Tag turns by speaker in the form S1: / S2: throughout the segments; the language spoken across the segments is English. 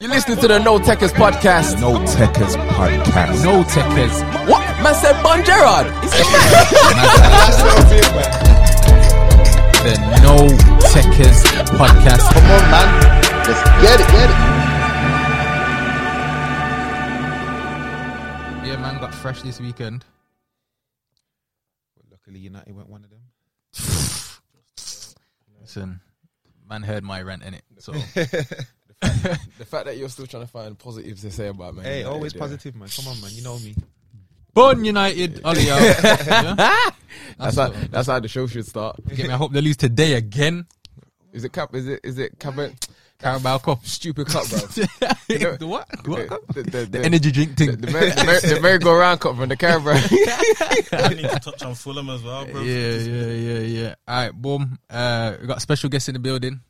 S1: You're listening to the No Techers podcast.
S2: No Techers podcast.
S3: No techers.
S1: What? Man said Bon Gerard. He's
S3: The No Techers podcast.
S4: Come on, man. Let's get it, get it.
S3: Yeah, man, got fresh this weekend.
S2: Luckily, United went one of them.
S3: Listen, man heard my rent in it. So
S1: the fact that you're still trying to find positives to say about man.
S2: Hey,
S1: United,
S2: always
S1: yeah.
S2: positive, man. Come on, man. You know me.
S3: Burn United, Ollie out. Yeah?
S1: That's
S3: That's
S1: how,
S3: what-
S1: that's how the show should start.
S3: Get me, I hope they lose today again.
S1: Is it cup? Is it is it cup?
S3: Carabao Cup.
S1: Stupid cup, bro.
S3: the what? The what cup?
S1: The, the, the, the,
S3: Energy drink thing.
S1: the, merry- the, merry- the merry-go-round cup from the car, bro.
S5: We need to touch on Fulham as well,
S3: yeah,
S5: bro.
S3: yeah, yeah, yeah. All right, boom. Uh, we got special guests in the building.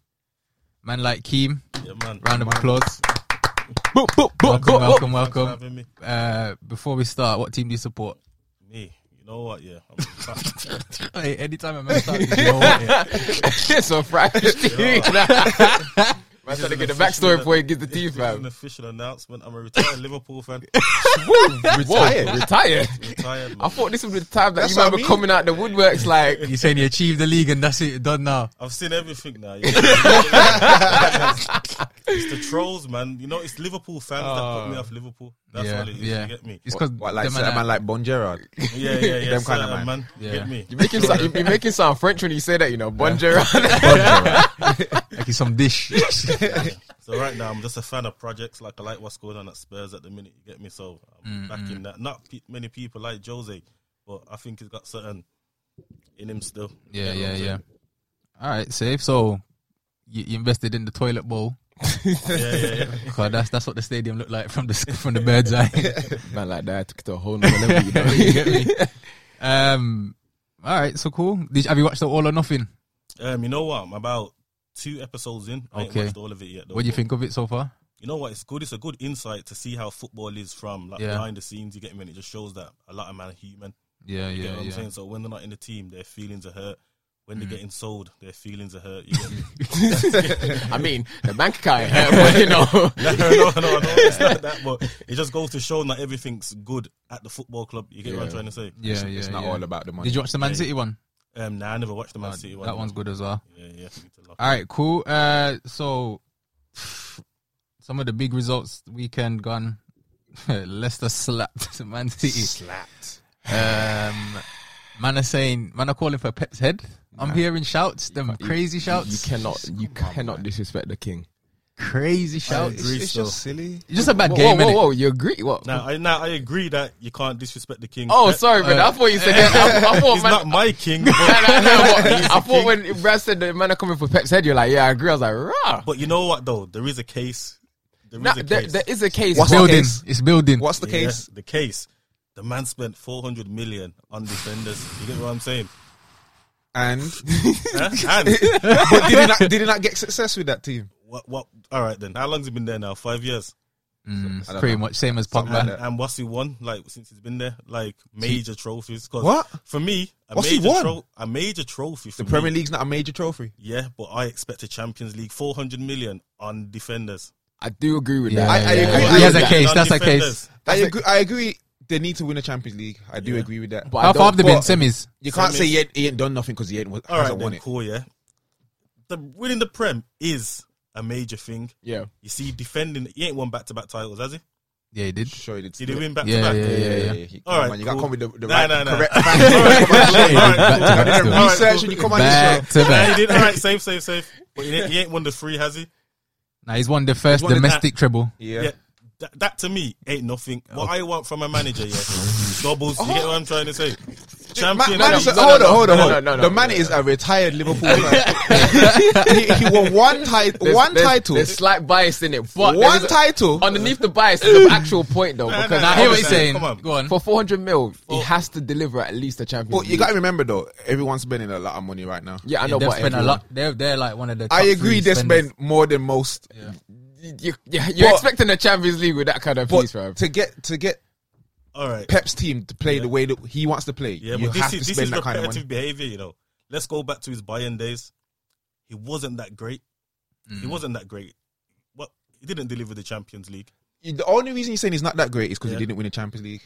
S3: Man like Keem.
S5: Yeah, man.
S3: Round of applause.
S1: Boop, boop,
S3: Welcome,
S1: boop, boop, boop.
S3: welcome,
S5: Thanks for
S3: welcome.
S5: having me.
S3: Uh, before we start, what team do you support?
S5: Me, you know what? Yeah, I'm fast.
S3: Hey, anytime a man starts, you know what, yeah.
S1: It's a Friday. Man said to get the backstory before he gets the tea,
S5: This is an
S1: fam.
S5: official announcement. I'm a retired Liverpool fan.
S1: Whoa, retired.
S5: Retired,
S1: I
S5: man.
S1: thought this was the time that
S2: That's
S1: you might
S2: what I
S1: be
S2: mean.
S1: coming out the woodworks like,
S3: You're saying you achieved the league and that's it, done now.
S5: I've seen everything now. yeah. it's the trolls, man. You know, it's Liverpool fans that put me off Liverpool. That's
S3: Oh. yeah,
S5: all it is.
S3: yeah.
S5: You get me?
S3: It's because
S2: What, like, man, man like Bon Gerard?
S5: Yeah, yeah, yeah.
S2: Them kind of
S5: certain,
S2: man.
S5: man. You
S3: Yeah.
S5: Get me?
S1: You're making sound, you're making sound French when you say that, you know. Bon Gerard.
S3: like it's some dish.
S5: So right now, I'm just a fan of projects. Like I like what's going on at Spurs at the minute. You get me? So
S3: Mm-hmm.
S5: I'm back in that. Not pe- many people like Jose, but I think he's got certain in him still. You
S3: yeah,
S5: get what
S3: yeah,
S5: I'm
S3: yeah.
S5: saying?
S3: All right, safe. So you, you invested in the toilet bowl.
S5: yeah, yeah, yeah.
S3: Cause that's that's what the stadium looked like from the s- from the bird's eye.
S1: Man, like that took it to a whole nother level, you know.
S3: you get me? Um. All right, so cool. Did you, have you watched the All or Nothing?
S5: Um, you know what? I'm about two episodes in. I
S3: Okay.
S5: ain't watched all of it yet. Though.
S3: What do you think of it so far?
S5: You know what? It's good. It's a good insight to see how football is from like
S3: Yeah.
S5: behind the scenes. You get me? And it just shows that a lot of men are human.
S3: Yeah,
S5: You get
S3: yeah,
S5: what I'm
S3: yeah. Mm.
S5: saying? So when they're not in the team, their feelings are hurt. When they're getting sold, their feelings are hurt. You get me?
S1: I mean, the bank account, yeah, but you know.
S5: no, no, no, no, it's not that. But it just goes to show that everything's good at the football club. You get what I'm
S2: Yeah.
S5: trying to say?
S3: Yeah, yeah.
S2: it's not
S3: yeah.
S2: all about the money.
S3: Did you watch the Man City one?
S5: Um, nah, I never watched the Man City one.
S3: That one's good as well.
S5: Yeah, yeah. I need to lock
S3: All right, cool. Uh, so some of the big results weekend gone. Leicester slapped Man City.
S2: Slapped.
S3: Um, man are saying, man are calling for Pep's head. I'm hearing shouts, them crazy
S1: You
S3: shouts,
S1: cannot, you cannot disrespect the king.
S3: crazy shouts.
S2: It's,
S3: It's
S5: agree.
S2: it's just silly.
S3: just a bad
S1: Whoa,
S3: game,
S1: whoa,
S3: innit?
S1: whoa! You agree? What?
S5: it. Now, I, now I agree that you can't disrespect the king.
S1: oh,
S5: Uh,
S1: sorry, man. I thought you said that. I, I thought
S5: He's
S1: man.
S5: not my king. But,
S1: Nah, nah, nah, what? I thought when Brad said the man are coming for Pep's head, you're like, yeah, I agree. I was like, rah.
S5: but you know what though? There is a case. There is
S1: Nah,
S5: a
S1: there,
S5: case.
S1: there is a case.
S2: What's
S1: but-
S3: Building,
S2: case?
S3: it's building.
S2: What's the
S5: Yeah,
S2: case?
S5: the case. The man spent 400 million on defenders. You get what I'm saying?
S2: And
S5: Huh? And
S2: but did he not, did he not get success with that team?
S5: what? What? All right then. How long's he been there now? Five years.
S3: Mm, it's
S2: I don't
S3: pretty
S2: know.
S3: much same as
S2: Something
S3: Pogba.
S2: like
S5: And what's he won? Like since he's been there, like major trophies. 'Cause
S2: What?
S5: for me? A
S2: What's he
S5: major
S2: won?
S5: tro- a major trophy. For
S2: The Premier
S5: me,
S2: League's not a major trophy.
S5: Yeah, but I expect a Champions League 400 million on defenders.
S1: I do agree with
S3: Yeah,
S1: that.
S2: I- I
S3: yeah,
S2: agree
S3: yeah.
S2: with
S3: He has a
S2: that.
S3: case.
S5: On
S3: That's a case.
S5: defenders.
S2: I agree. I agree. They need to win a Champions League. I do agree with that.
S1: But I
S3: How far have
S1: don't-
S3: they been?
S2: but-
S3: Semis.
S2: you can't
S5: Semis.
S2: say he ain't, he ain't done nothing because he ain't
S5: All right,
S2: hasn't
S5: then,
S2: won it.
S5: cool. Yeah, the winning the Prem is a major thing.
S1: Yeah.
S5: You see, defending he ain't won back to back titles, has he?
S3: Yeah, he did.
S2: Sure, he did.
S5: Did he win back to
S3: Yeah,
S5: back?
S3: yeah, yeah, yeah.
S5: All right,
S2: Oh, man, you got to
S5: cool.
S2: come with the, the
S5: Nah,
S2: right,
S5: nah, nah.
S2: correct.
S3: Back to back
S2: You did
S3: still.
S5: Alright,
S2: research
S5: cool.
S2: and you come on the
S3: Back
S2: show.
S3: to
S5: Nah, he
S3: back.
S5: did. All right, safe, safe, safe. But he ain't, he ain't won the three, has he?
S3: Now he's won the first
S5: won the-
S3: domestic treble.
S2: Yeah.
S5: Yeah. That, that to me ain't nothing. What I want from a manager, yeah, doubles. You get what I'm trying to say? Champion.
S2: Man,
S1: no,
S2: is
S1: no,
S2: a-
S1: no,
S2: hold
S1: no,
S2: on, hold on,
S1: no,
S2: hold
S1: no,
S2: on.
S1: no, no,
S2: The
S1: no,
S2: man
S1: no,
S2: is a retired Liverpool fan. he, he won one, tit-
S1: There's-
S2: one
S1: there's-
S2: title.
S1: There's slight bias in it, but there
S2: One
S1: is a-
S2: title.
S1: Underneath the bias is an actual point though,
S5: Nah,
S1: because
S5: nah,
S3: I hear what
S5: Come
S3: you're
S5: on,
S3: saying.
S5: come on.
S3: Go on.
S1: For 400 mil, he has to deliver at least a Champions
S2: But Oh, you
S1: League.
S2: got to remember though, everyone's spending a lot of money right now.
S1: yeah, I know,
S3: They've
S1: but
S3: spent a
S1: everyone-
S3: lot. They're, they're like one of the.
S2: I
S3: top
S2: agree
S3: three
S2: they
S3: spenders.
S2: spend more than most.
S1: You, yeah, you're
S2: But-
S1: expecting a Champions League with that kind of piece,
S2: But
S1: bro.
S2: to get to get
S5: All right.
S2: Pep's team to play the way that he wants to play,
S5: Yeah,
S2: you
S5: but
S2: have
S5: this is
S2: to
S5: this is
S2: spend that kind of money.
S5: repetitive behavior. You know, let's go back to his Bayern days. He wasn't that great. He wasn't that great. What He didn't deliver the Champions League.
S2: The only reason you're saying he's not that great is because
S5: Yeah.
S2: he didn't win the Champions League.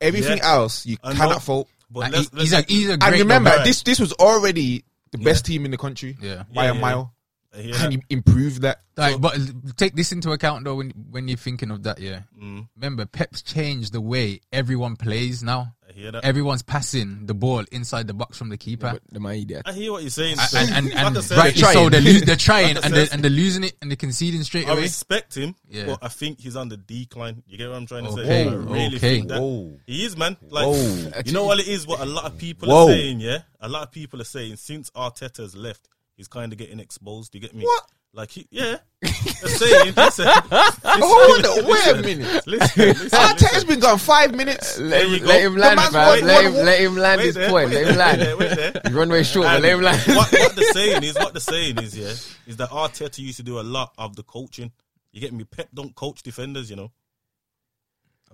S2: Everything
S5: Yeah.
S2: else you
S5: I know.
S2: cannot fault.
S5: But
S3: Like,
S5: let's,
S3: he- he's a
S5: let's-
S3: he's a great
S2: And remember,
S5: number.
S2: this this was already the
S5: Yeah.
S2: best team in the country
S3: yeah.
S2: by
S5: Yeah,
S2: a
S5: yeah.
S2: mile.
S5: I hear
S2: Can
S5: that.
S2: you improve that?
S3: Like, but take this into account though when when you're thinking of that. Yeah,
S5: Mm,
S3: remember Pep's changed the way everyone plays now.
S5: I hear that.
S3: Everyone's passing the ball inside the box from the keeper.
S1: But the man idiot.
S5: I hear what you're saying.
S3: A-
S5: so-
S3: and and,
S5: like
S3: and
S5: I said,
S3: rightly
S2: They're
S3: so,
S2: trying.
S3: they're, lo- they're trying
S5: Like I
S3: and they're,
S5: said.
S3: and they're losing it and they're conceding straight
S5: I
S3: away.
S5: respect him,
S3: Yeah.
S5: but I think he's on the decline. You get what I'm trying to
S3: Okay,
S5: say? I really
S3: okay.
S5: think that
S2: Whoa.
S5: he is, man. Like,
S2: Whoa.
S5: you know what it is? What a lot of people
S2: Whoa.
S5: are saying, yeah. A lot of people are saying since Arteta's left, he's kind of getting exposed. You get me? What? Like, he, yeah. They're saying, listen,
S2: Hold on, wait a minute.
S5: listen, listen,
S2: Arteta's
S5: listen.
S2: been gone five minutes.
S1: Let
S5: There you
S1: him,
S5: go.
S1: let him
S5: The
S1: land,
S2: man's
S1: man.
S2: wait,
S1: Let him,
S2: wait,
S1: let him land
S5: Wait
S1: his
S5: there,
S1: point.
S5: wait
S1: Let him
S5: there, wait Oh,
S1: land.
S5: there, wait
S1: His
S5: there.
S1: runway short, but let him land.
S5: what, what they're saying is, what they're saying is, yeah, is that Arteta used to do a lot of the coaching. You get me? Pep don't coach defenders, you know.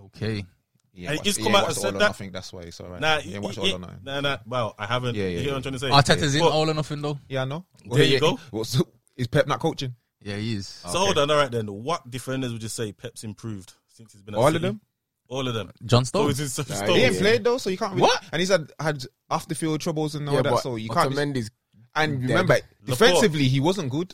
S3: Okay,
S2: Yeah,
S5: And
S2: watch-
S5: he's
S2: yeah,
S5: come out
S2: watch
S5: and
S2: the
S5: said
S2: All or
S5: that-
S2: Nothing, that's why it's alright.
S5: Nah,
S2: yeah,
S5: he-
S2: watch
S5: he-
S2: all or nothing.
S5: Nah, nah. Well, I haven't.
S2: Yeah,
S5: you
S2: yeah,
S5: get
S2: yeah.
S5: what I'm trying to say?
S3: Arteta's in
S5: But-
S3: all or nothing though.
S2: Yeah, I know.
S5: There you go.
S2: Well, so is Pep not coaching?
S3: Yeah, he is.
S5: So hold on, all right then. What defenders would you say Pep's improved since he's been? At
S2: All of
S5: City?
S2: them?
S5: All of them.
S3: John
S5: Oh,
S3: Stones.
S5: it's in Stones.
S2: He ain't
S1: Yeah.
S2: played though, so you can't. Really,
S3: What?
S2: And he's had had off the field troubles and all
S1: Yeah,
S2: that,
S1: but
S2: so you can't.
S1: Otamendi's
S2: and
S1: dead.
S2: remember, defensively he wasn't good,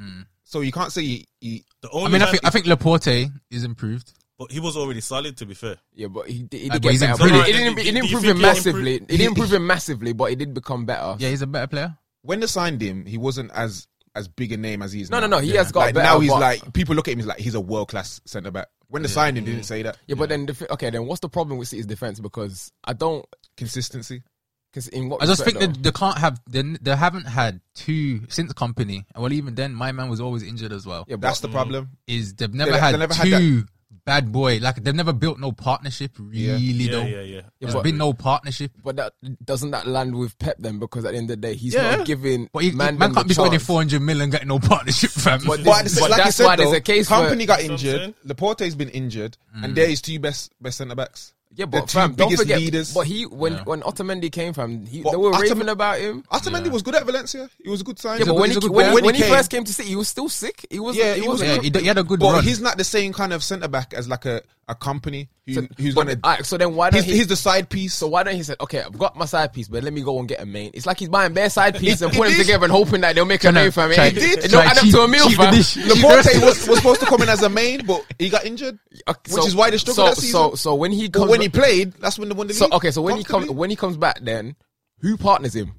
S3: Mm.
S2: so you can't say he. he
S5: The
S3: I
S5: only
S3: mean, I
S5: man-
S3: think I think Laporte is improved.
S5: but he was already solid. To be fair,
S1: Yeah, but he, did- he
S3: Ah, but
S1: did get
S3: he's
S1: better.
S3: improved.
S1: But It didn't,
S5: Do-
S1: it
S5: do
S1: didn't
S5: you
S1: improve
S5: think
S1: him
S5: he'll
S1: massively. It didn't improve him massively, but it did become better.
S3: Yeah, he's a better player.
S2: when they signed him, he wasn't as as big a name as he is.
S1: No,
S2: now.
S1: no, no. He has got
S2: Like
S1: better.
S2: now he's
S1: but-
S2: like people look at him as like he's a world class centre back. When they signed him, they didn't say that
S1: Yeah, but then def- okay, then what's the problem with City's defense? Because I don't.
S2: consistency.
S1: Because in what
S3: I just think that
S1: respect,
S3: they can't have they, they haven't had two since company. Well, even then, my man was always injured as well.
S1: though? yeah,
S2: That's
S1: but,
S2: the problem.
S3: Is they've never
S2: They-
S3: had
S2: they never had
S3: two bad boy like they've never built no partnership really
S5: yeah,
S3: though.
S5: yeah, yeah.
S3: There's
S1: but-
S3: been no partnership.
S1: but that doesn't that land with Pep then? Because at the end of the day, he's
S5: Yeah.
S1: not giving
S3: But he,
S1: man,
S3: man,
S1: them
S3: can't
S1: the
S3: be spending
S1: chance.
S3: four hundred mil and getting no partnership, fam.
S1: But
S2: But, at
S1: this-
S2: the-
S1: but
S2: like
S1: that's
S2: you said,
S1: why there's
S2: though,
S1: a case for-
S2: company got
S5: That's what I'm saying.
S2: injured. Laporte's been injured, and they're his two best best centre backs. The
S1: Yeah, but
S2: two
S1: fam, don't
S2: biggest
S1: forget.
S2: leaders.
S1: But he when
S3: Yeah.
S1: when Otamendi came from, he,
S2: But
S1: they were
S2: Otame-
S1: raving about him.
S2: Otamendi was good at Valencia. It was a good sign.
S1: Yeah, but
S3: good-
S1: when
S3: he's
S1: he
S3: a good
S1: when,
S3: player.
S1: when, he,
S2: came-
S1: first came to City, he was still sick. He was
S2: Yeah,
S1: he
S2: he
S1: was
S2: was-
S3: yeah, he, d- he had a good
S2: but
S3: run.
S2: he's not the same kind of centre back as like a, a company who, who's
S1: but,
S2: gonna.
S1: alright, so then why don't
S2: he's,
S1: he?
S2: he's the side piece.
S1: so why don't he say, okay, I've got my side piece, but let me go and get a main. It's like he's buying bare side pieces and
S2: It-
S1: putting
S2: it
S1: them
S2: is-
S1: together and hoping that they'll make a
S3: Tryna-
S1: name for him.
S3: try-
S1: It, it
S3: try
S1: don't add up
S3: cheat-
S1: to a meal,
S3: cheat the
S1: fam.
S3: dish.
S2: Laporte was, was supposed to come in as a main, but he got injured,
S1: Okay,
S2: which
S1: so-
S2: is why they
S1: so,
S2: struggled that season.
S1: So, so when he
S2: but
S1: comes,
S2: when he played, that's when they won the
S1: so
S2: league.
S1: okay, so when he comes,
S2: comfortably.
S1: when he comes back, then who partners him?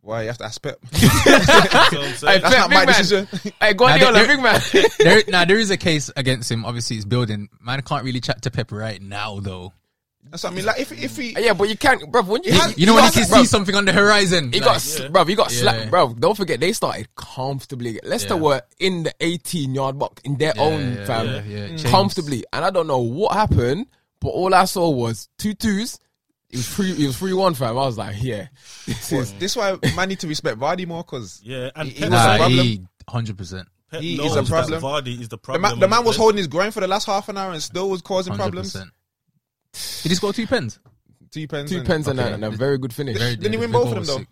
S2: why you have to ask Pep?
S5: That's what I'm saying.
S2: That's not
S1: big
S2: my
S1: man.
S2: decision.
S1: Hey, Guardiola,
S3: Nah, they-
S1: big man.
S3: there, now there is a case against him. Obviously, he's building. Man can't really chat to Pep right now though.
S2: That's what I mean. Like if if he,
S1: yeah, but you can't, bro. When you,
S2: He-
S3: You know when he
S1: got-
S3: can
S1: bruv,
S3: see something on the horizon.
S1: He
S3: like-
S1: got, s
S5: yeah.
S1: bro. He got slapped,
S3: Yeah.
S1: bro. Don't forget, they started comfortably. Leicester
S3: Yeah.
S1: were in the 18 yard box in their
S3: Yeah,
S1: own
S3: yeah,
S1: fam,
S3: yeah, yeah. Changed.
S1: comfortably. And I don't know what happened, but all I saw was two twos. It was three. It was three one, fam. I was like, yeah, this is.
S2: this is why man need to respect Vardy more because
S5: yeah, and
S2: He- he was-
S5: Pep, knows-
S3: nah,
S2: problem?
S3: he hundred percent.
S5: Pep
S2: he is
S5: knows
S2: a
S5: that
S2: problem.
S5: Vardy is the
S2: the,
S5: problem.
S2: ma- the man was
S5: with Pep.
S2: holding his groin for the last half an hour and still was causing problems.
S3: 100%. Did he score two pens?
S2: Two pens.
S1: Two
S2: and-
S1: pens and, a,
S3: okay.
S1: and a very good finish.
S3: Very
S2: Didn't he
S3: good.
S2: win
S3: The
S2: both of
S3: goal
S2: them,
S3: was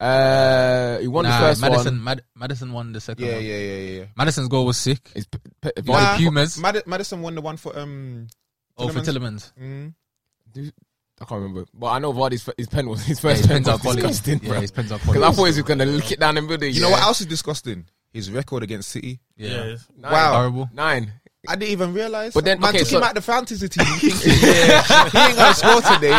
S1: though. Uh, he won
S3: sick.
S1: the first
S3: Madison,
S1: one.
S3: Mad- Madison won the second
S2: Yeah,
S3: one.
S2: yeah, yeah, yeah. yeah.
S3: Madison's goal was sick.
S1: It's P- P-
S3: Vardy
S2: Nah,
S3: Pumas.
S2: Mad- Madison won the one for um.
S3: Oh, for Tillemans.
S2: mm.
S1: I can't remember, but I know Vardy's f- his pen was his
S3: Yeah,
S1: first
S3: his
S1: pen
S3: pens
S1: was
S3: are quality.
S1: disgusting,
S3: Yeah,
S1: bro.
S3: his pens are
S1: Because
S3: quality.
S1: I thought he was gonna lick it down and build it.
S2: You know what else is disgusting? His record against City.
S5: Yeah,
S3: Yeah.
S1: Nine.
S2: Wow.
S3: Horrible.
S1: Nine.
S2: I didn't even realize.
S1: But then-
S2: man
S1: okay,
S2: took
S1: so-
S2: him out the fantasy team. thinking, yeah, he ain't gonna score today.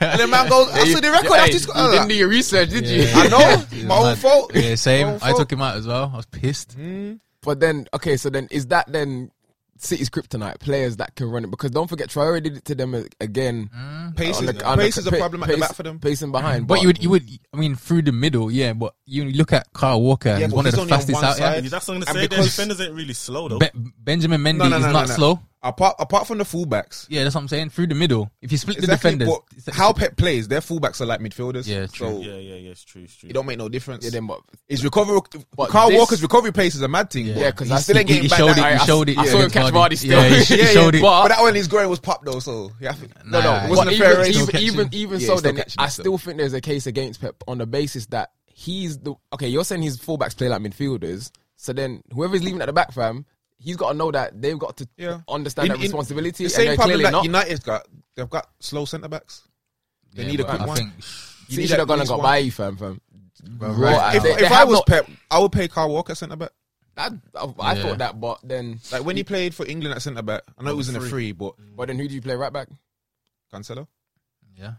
S2: And the man goes, "I saw the record.
S1: Hey,
S2: I just
S1: you
S2: got." I was
S1: didn't
S2: like,
S1: do your research, did you?
S2: I know
S3: uh, Yeah,
S2: my own
S3: mad.
S2: fault.
S3: Yeah,
S2: My
S3: same.
S2: own
S3: I
S2: fault.
S3: took him out as well. I was pissed.
S1: Mm. But then, okay, so then is that then City's kryptonite? Players that can run it because don't forget Traore did it to them a- again.
S2: Pace
S1: on
S2: is,
S1: the- on the-
S2: pace is a
S1: pa-
S2: problem at the
S1: pace-
S2: back for them.
S1: Pacing behind,
S3: But you would, you would, I mean, through the middle, yeah. But you look at Carl Walker, he's
S2: but
S3: one of
S2: he's
S3: the
S2: only on
S3: fastest
S2: one
S3: out
S2: side.
S3: here.
S5: that's what I'm
S2: And
S5: gonna say. Their
S2: because-
S5: defenders ain't really slow though.
S3: Be- Benjamin Mendy is not slow.
S2: Apart apart from the fullbacks,
S3: Yeah, that's what I'm saying. Through the middle, if you split
S2: exactly.
S3: the defenders,
S2: but how Pep plays, their fullbacks are like midfielders.
S3: Yeah, true.
S2: so
S5: yeah, yeah, yeah. It's true, it's true.
S2: it don't make no difference.
S1: Yeah, then but
S2: His recovery,
S1: But
S2: Carl
S1: this-
S2: Walker's recovery pace is a mad thing.
S1: yeah,
S2: Yeah,
S1: because
S2: he
S1: I
S2: still ain't
S3: he,
S2: getting
S3: he
S2: back.
S3: showed
S2: that,
S3: it. He
S1: I-
S3: showed it.
S1: I
S3: yeah,
S1: saw him
S3: against
S1: catch Vardy still.
S3: Yeah, he, he
S2: Yeah, yeah.
S3: showed it.
S1: But-
S2: but that one, his groin was popped though. So yeah,
S1: No, no,
S3: Nah,
S1: it
S3: he's
S1: wasn't
S2: still
S1: a fair
S2: catching
S1: even,
S3: them.
S1: even, even
S2: Yeah,
S1: so,
S2: he's still
S1: then
S2: catching
S1: I
S2: them.
S1: still think there's a case against Pep on the basis that he's the okay. You're saying his fullbacks play like midfielders, so then whoever's leaving at the back, fam, he's got to know that they've got to
S2: Yeah.
S1: understand
S2: In-
S1: that
S2: in- The
S1: responsibility. and
S2: same
S1: they're
S2: problem
S1: clearly
S2: that
S1: not.
S2: United's got. They've got slow centre backs. They need a
S3: but
S2: quick
S3: I
S2: one.
S3: think-
S2: You
S1: City
S2: need
S1: should
S2: at
S1: have gone and
S2: least
S1: got
S2: one.
S1: by fam, fam.
S2: Like,
S1: Raw,
S2: if
S1: they-
S2: if
S1: they
S2: I
S1: have
S2: was
S1: not-
S2: Pep, I would pay Carl Walker centre back.
S1: That, I, I
S3: Yeah.
S1: thought that, but then,
S2: Like when he played for England at centre back, I know it was in a free, but
S1: but then who do you play right back?
S2: Cancelo.
S3: Yeah.
S1: I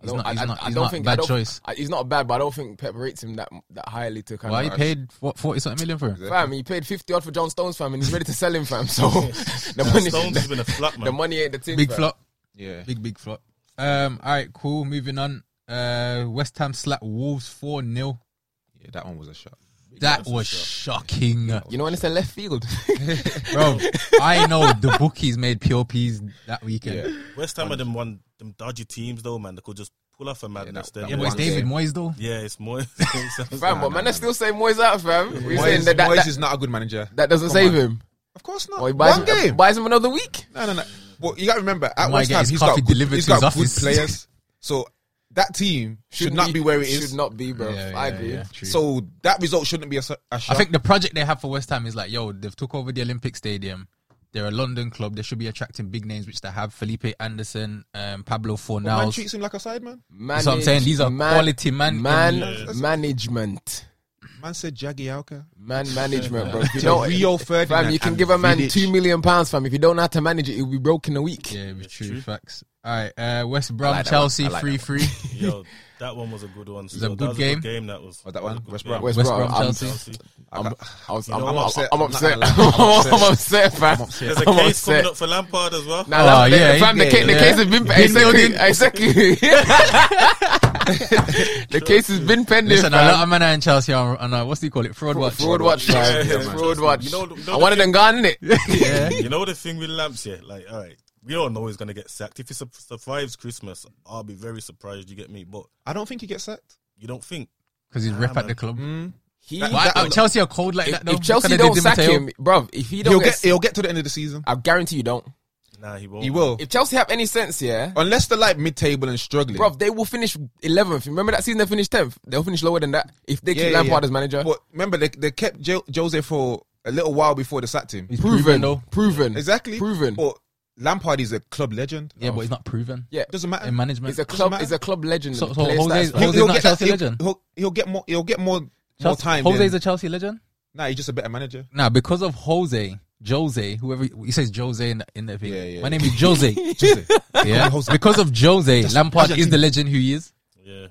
S3: He's
S1: don't-
S3: not,
S1: I-
S3: he's
S1: I-
S3: not,
S1: I
S3: he's
S1: don't
S3: not
S1: think- I
S3: bad
S1: don't-
S3: choice.
S1: I, he's not bad, but I don't think Pep rates him that that highly to kind
S3: Why he
S1: of.
S3: paid what forty something million for him?
S1: Fam, he paid fifty odd for John Stones, fam, and he's ready to sell him, fam. So the money,
S5: Stones has been a flop,
S1: the
S5: man.
S1: money ain't the thing.
S3: Big
S1: fam.
S3: flop.
S2: Yeah.
S3: Big big flop. Um. All right. Cool. Moving on. Uh. West Ham slap Wolves four 0
S2: yeah, that one was a shot.
S3: That was shocking, uh,
S1: You know when it's a left field,
S3: bro. I know the bookies made POPs that weekend. Yeah,
S2: Yeah.
S5: West Ham are them one them dodgy teams though, man. They could just pull off a madness.
S2: that-
S5: then.
S2: that
S3: but it's
S2: one
S3: David
S2: game.
S3: Moyes though.
S5: Yeah, it's more.
S1: fam. but man, I still say Moyes out, fam. We saying
S2: Moyes,
S1: that that,
S2: Moyes
S1: that,
S2: is not a good manager.
S1: that doesn't
S2: Come
S1: save
S2: on.
S1: him.
S2: Of course not.
S1: Or he buys
S2: one
S1: him,
S2: game.
S1: buys him another week.
S2: No, no, no. Well, you got to remember at
S3: Might
S2: West
S3: get
S2: Ham
S3: his
S2: he's
S3: coffee
S2: got good,
S3: delivered
S2: he's
S3: to his
S2: got good
S3: office.
S2: players. So that team should not be where it is.
S1: Should not be, bro. I agree.
S3: So
S2: So that result shouldn't be a, su- a
S3: I
S2: shock.
S3: think the project they have for West Ham is like, yo, they've took over the Olympic Stadium. They're a London club. They should be attracting big names, which they have: Felipe Anderson, um, Pablo
S2: man
S3: Fornals.
S2: treats him like a sideman.
S1: Manage,
S3: That's what I'm saying. These are
S1: man-
S3: quality man.
S1: man
S5: Yeah.
S1: management,
S2: Man said Jaggy Alka.
S1: man management, bro. If you
S2: To
S1: don't,
S2: Rio Ferdinand.
S1: fam, you can
S2: and
S1: give a man
S2: Vidic.
S1: two million pounds, fam. If you don't know how to manage it, he'll be broke in a week.
S3: Yeah, it was
S5: It's
S3: true.
S5: true.
S3: Facts. All right, uh, West Brom,
S1: like that
S3: Chelsea,
S1: one. I like
S3: three
S1: that
S3: three.
S5: Yo, that one was a good one.
S3: a
S5: So
S3: good
S5: that was
S3: game.
S5: A good game that was.
S2: Oh, that one?
S5: was a good
S2: West
S5: game.
S2: Brom.
S1: West,
S3: West
S1: Brom,
S3: Brom,
S1: I'm-
S3: Chelsea.
S1: I'm, I was,
S5: You
S1: I'm,
S5: know
S1: I'm,
S5: what?
S1: upset.
S2: I'm
S1: I'm
S2: not
S1: upset.
S2: gonna lie. I'm upset.
S1: I'm upset, fam.
S5: There's a
S1: I'm
S5: case
S1: upset.
S5: coming up for Lampard as well.
S1: Nah,
S3: Oh,
S1: that-
S3: yeah,
S1: the- fam, the,
S3: yeah,
S1: ca- the
S3: yeah.
S1: case has been exactly, exactly. the case has been pending.
S3: Listen, a
S1: fam.
S3: lot of men are in Chelsea on, on uh, what's he call it? Fraud watch.
S1: fraud watch, man.
S5: Yeah,
S1: fraud
S5: man.
S1: watch.
S5: You know- you know
S1: I
S5: the
S1: wanted them gone, innit?
S3: Yeah.
S5: You know the thing with Lamps, yeah. Like, all right, we all know he's gonna get sacked. If he su- survives Christmas, I'll be very surprised. You get me? But
S2: I don't think he gets sacked.
S5: you don't think
S3: Because he's rep
S5: Nah,
S3: at the
S5: man.
S3: club.
S1: He,
S3: Why
S1: that-
S3: are Chelsea are cold like
S1: if,
S3: that though.
S1: if
S3: Look at
S1: Chelsea
S3: the
S1: don't
S3: Di
S1: sack
S3: Matteo.
S1: him, bruv, if he
S2: He'll
S1: don't, get,
S2: get, he'll get to the end of the season.
S1: I guarantee you don't.
S5: Nah, he won't.
S2: He will.
S1: If Chelsea have any sense, yeah,
S2: Unless they're like mid table and struggling.
S1: bruv, they will finish 11th. Remember that season they finished 10th? They'll finish lower than that if they keep Lampard as manager.
S2: But remember, they, they kept jo- Jose for a little while before they sacked him.
S3: He's
S1: Proven,
S3: though.
S1: proven,
S2: Exactly.
S1: proven.
S2: But Lampard is a club legend.
S3: Yeah, but he's not proven.
S1: yeah,
S2: Doesn't matter.
S3: In management,
S1: he's a
S2: doesn't
S1: club,
S2: matter.
S1: he's a club legend.
S3: So-
S1: The
S3: so
S1: players'
S3: Jose's-
S1: stats, man.
S3: Jose's not Chelsea
S2: he'll-
S3: legend?
S2: He'll, he'll get more. He'll get more. More
S3: Chelsea,
S2: time.
S3: Jose's
S2: than-
S3: a Chelsea legend.
S2: nah, he's just a better manager.
S3: Now because of Jose, Jose, whoever he says Jose in the, in the thing.
S2: Yeah, yeah.
S3: My name is Jose.
S2: Jose.
S3: yeah,
S2: Jose.
S3: because of Jose, Lampard is
S2: Argentina.
S3: the legend who he is.
S5: Yeah.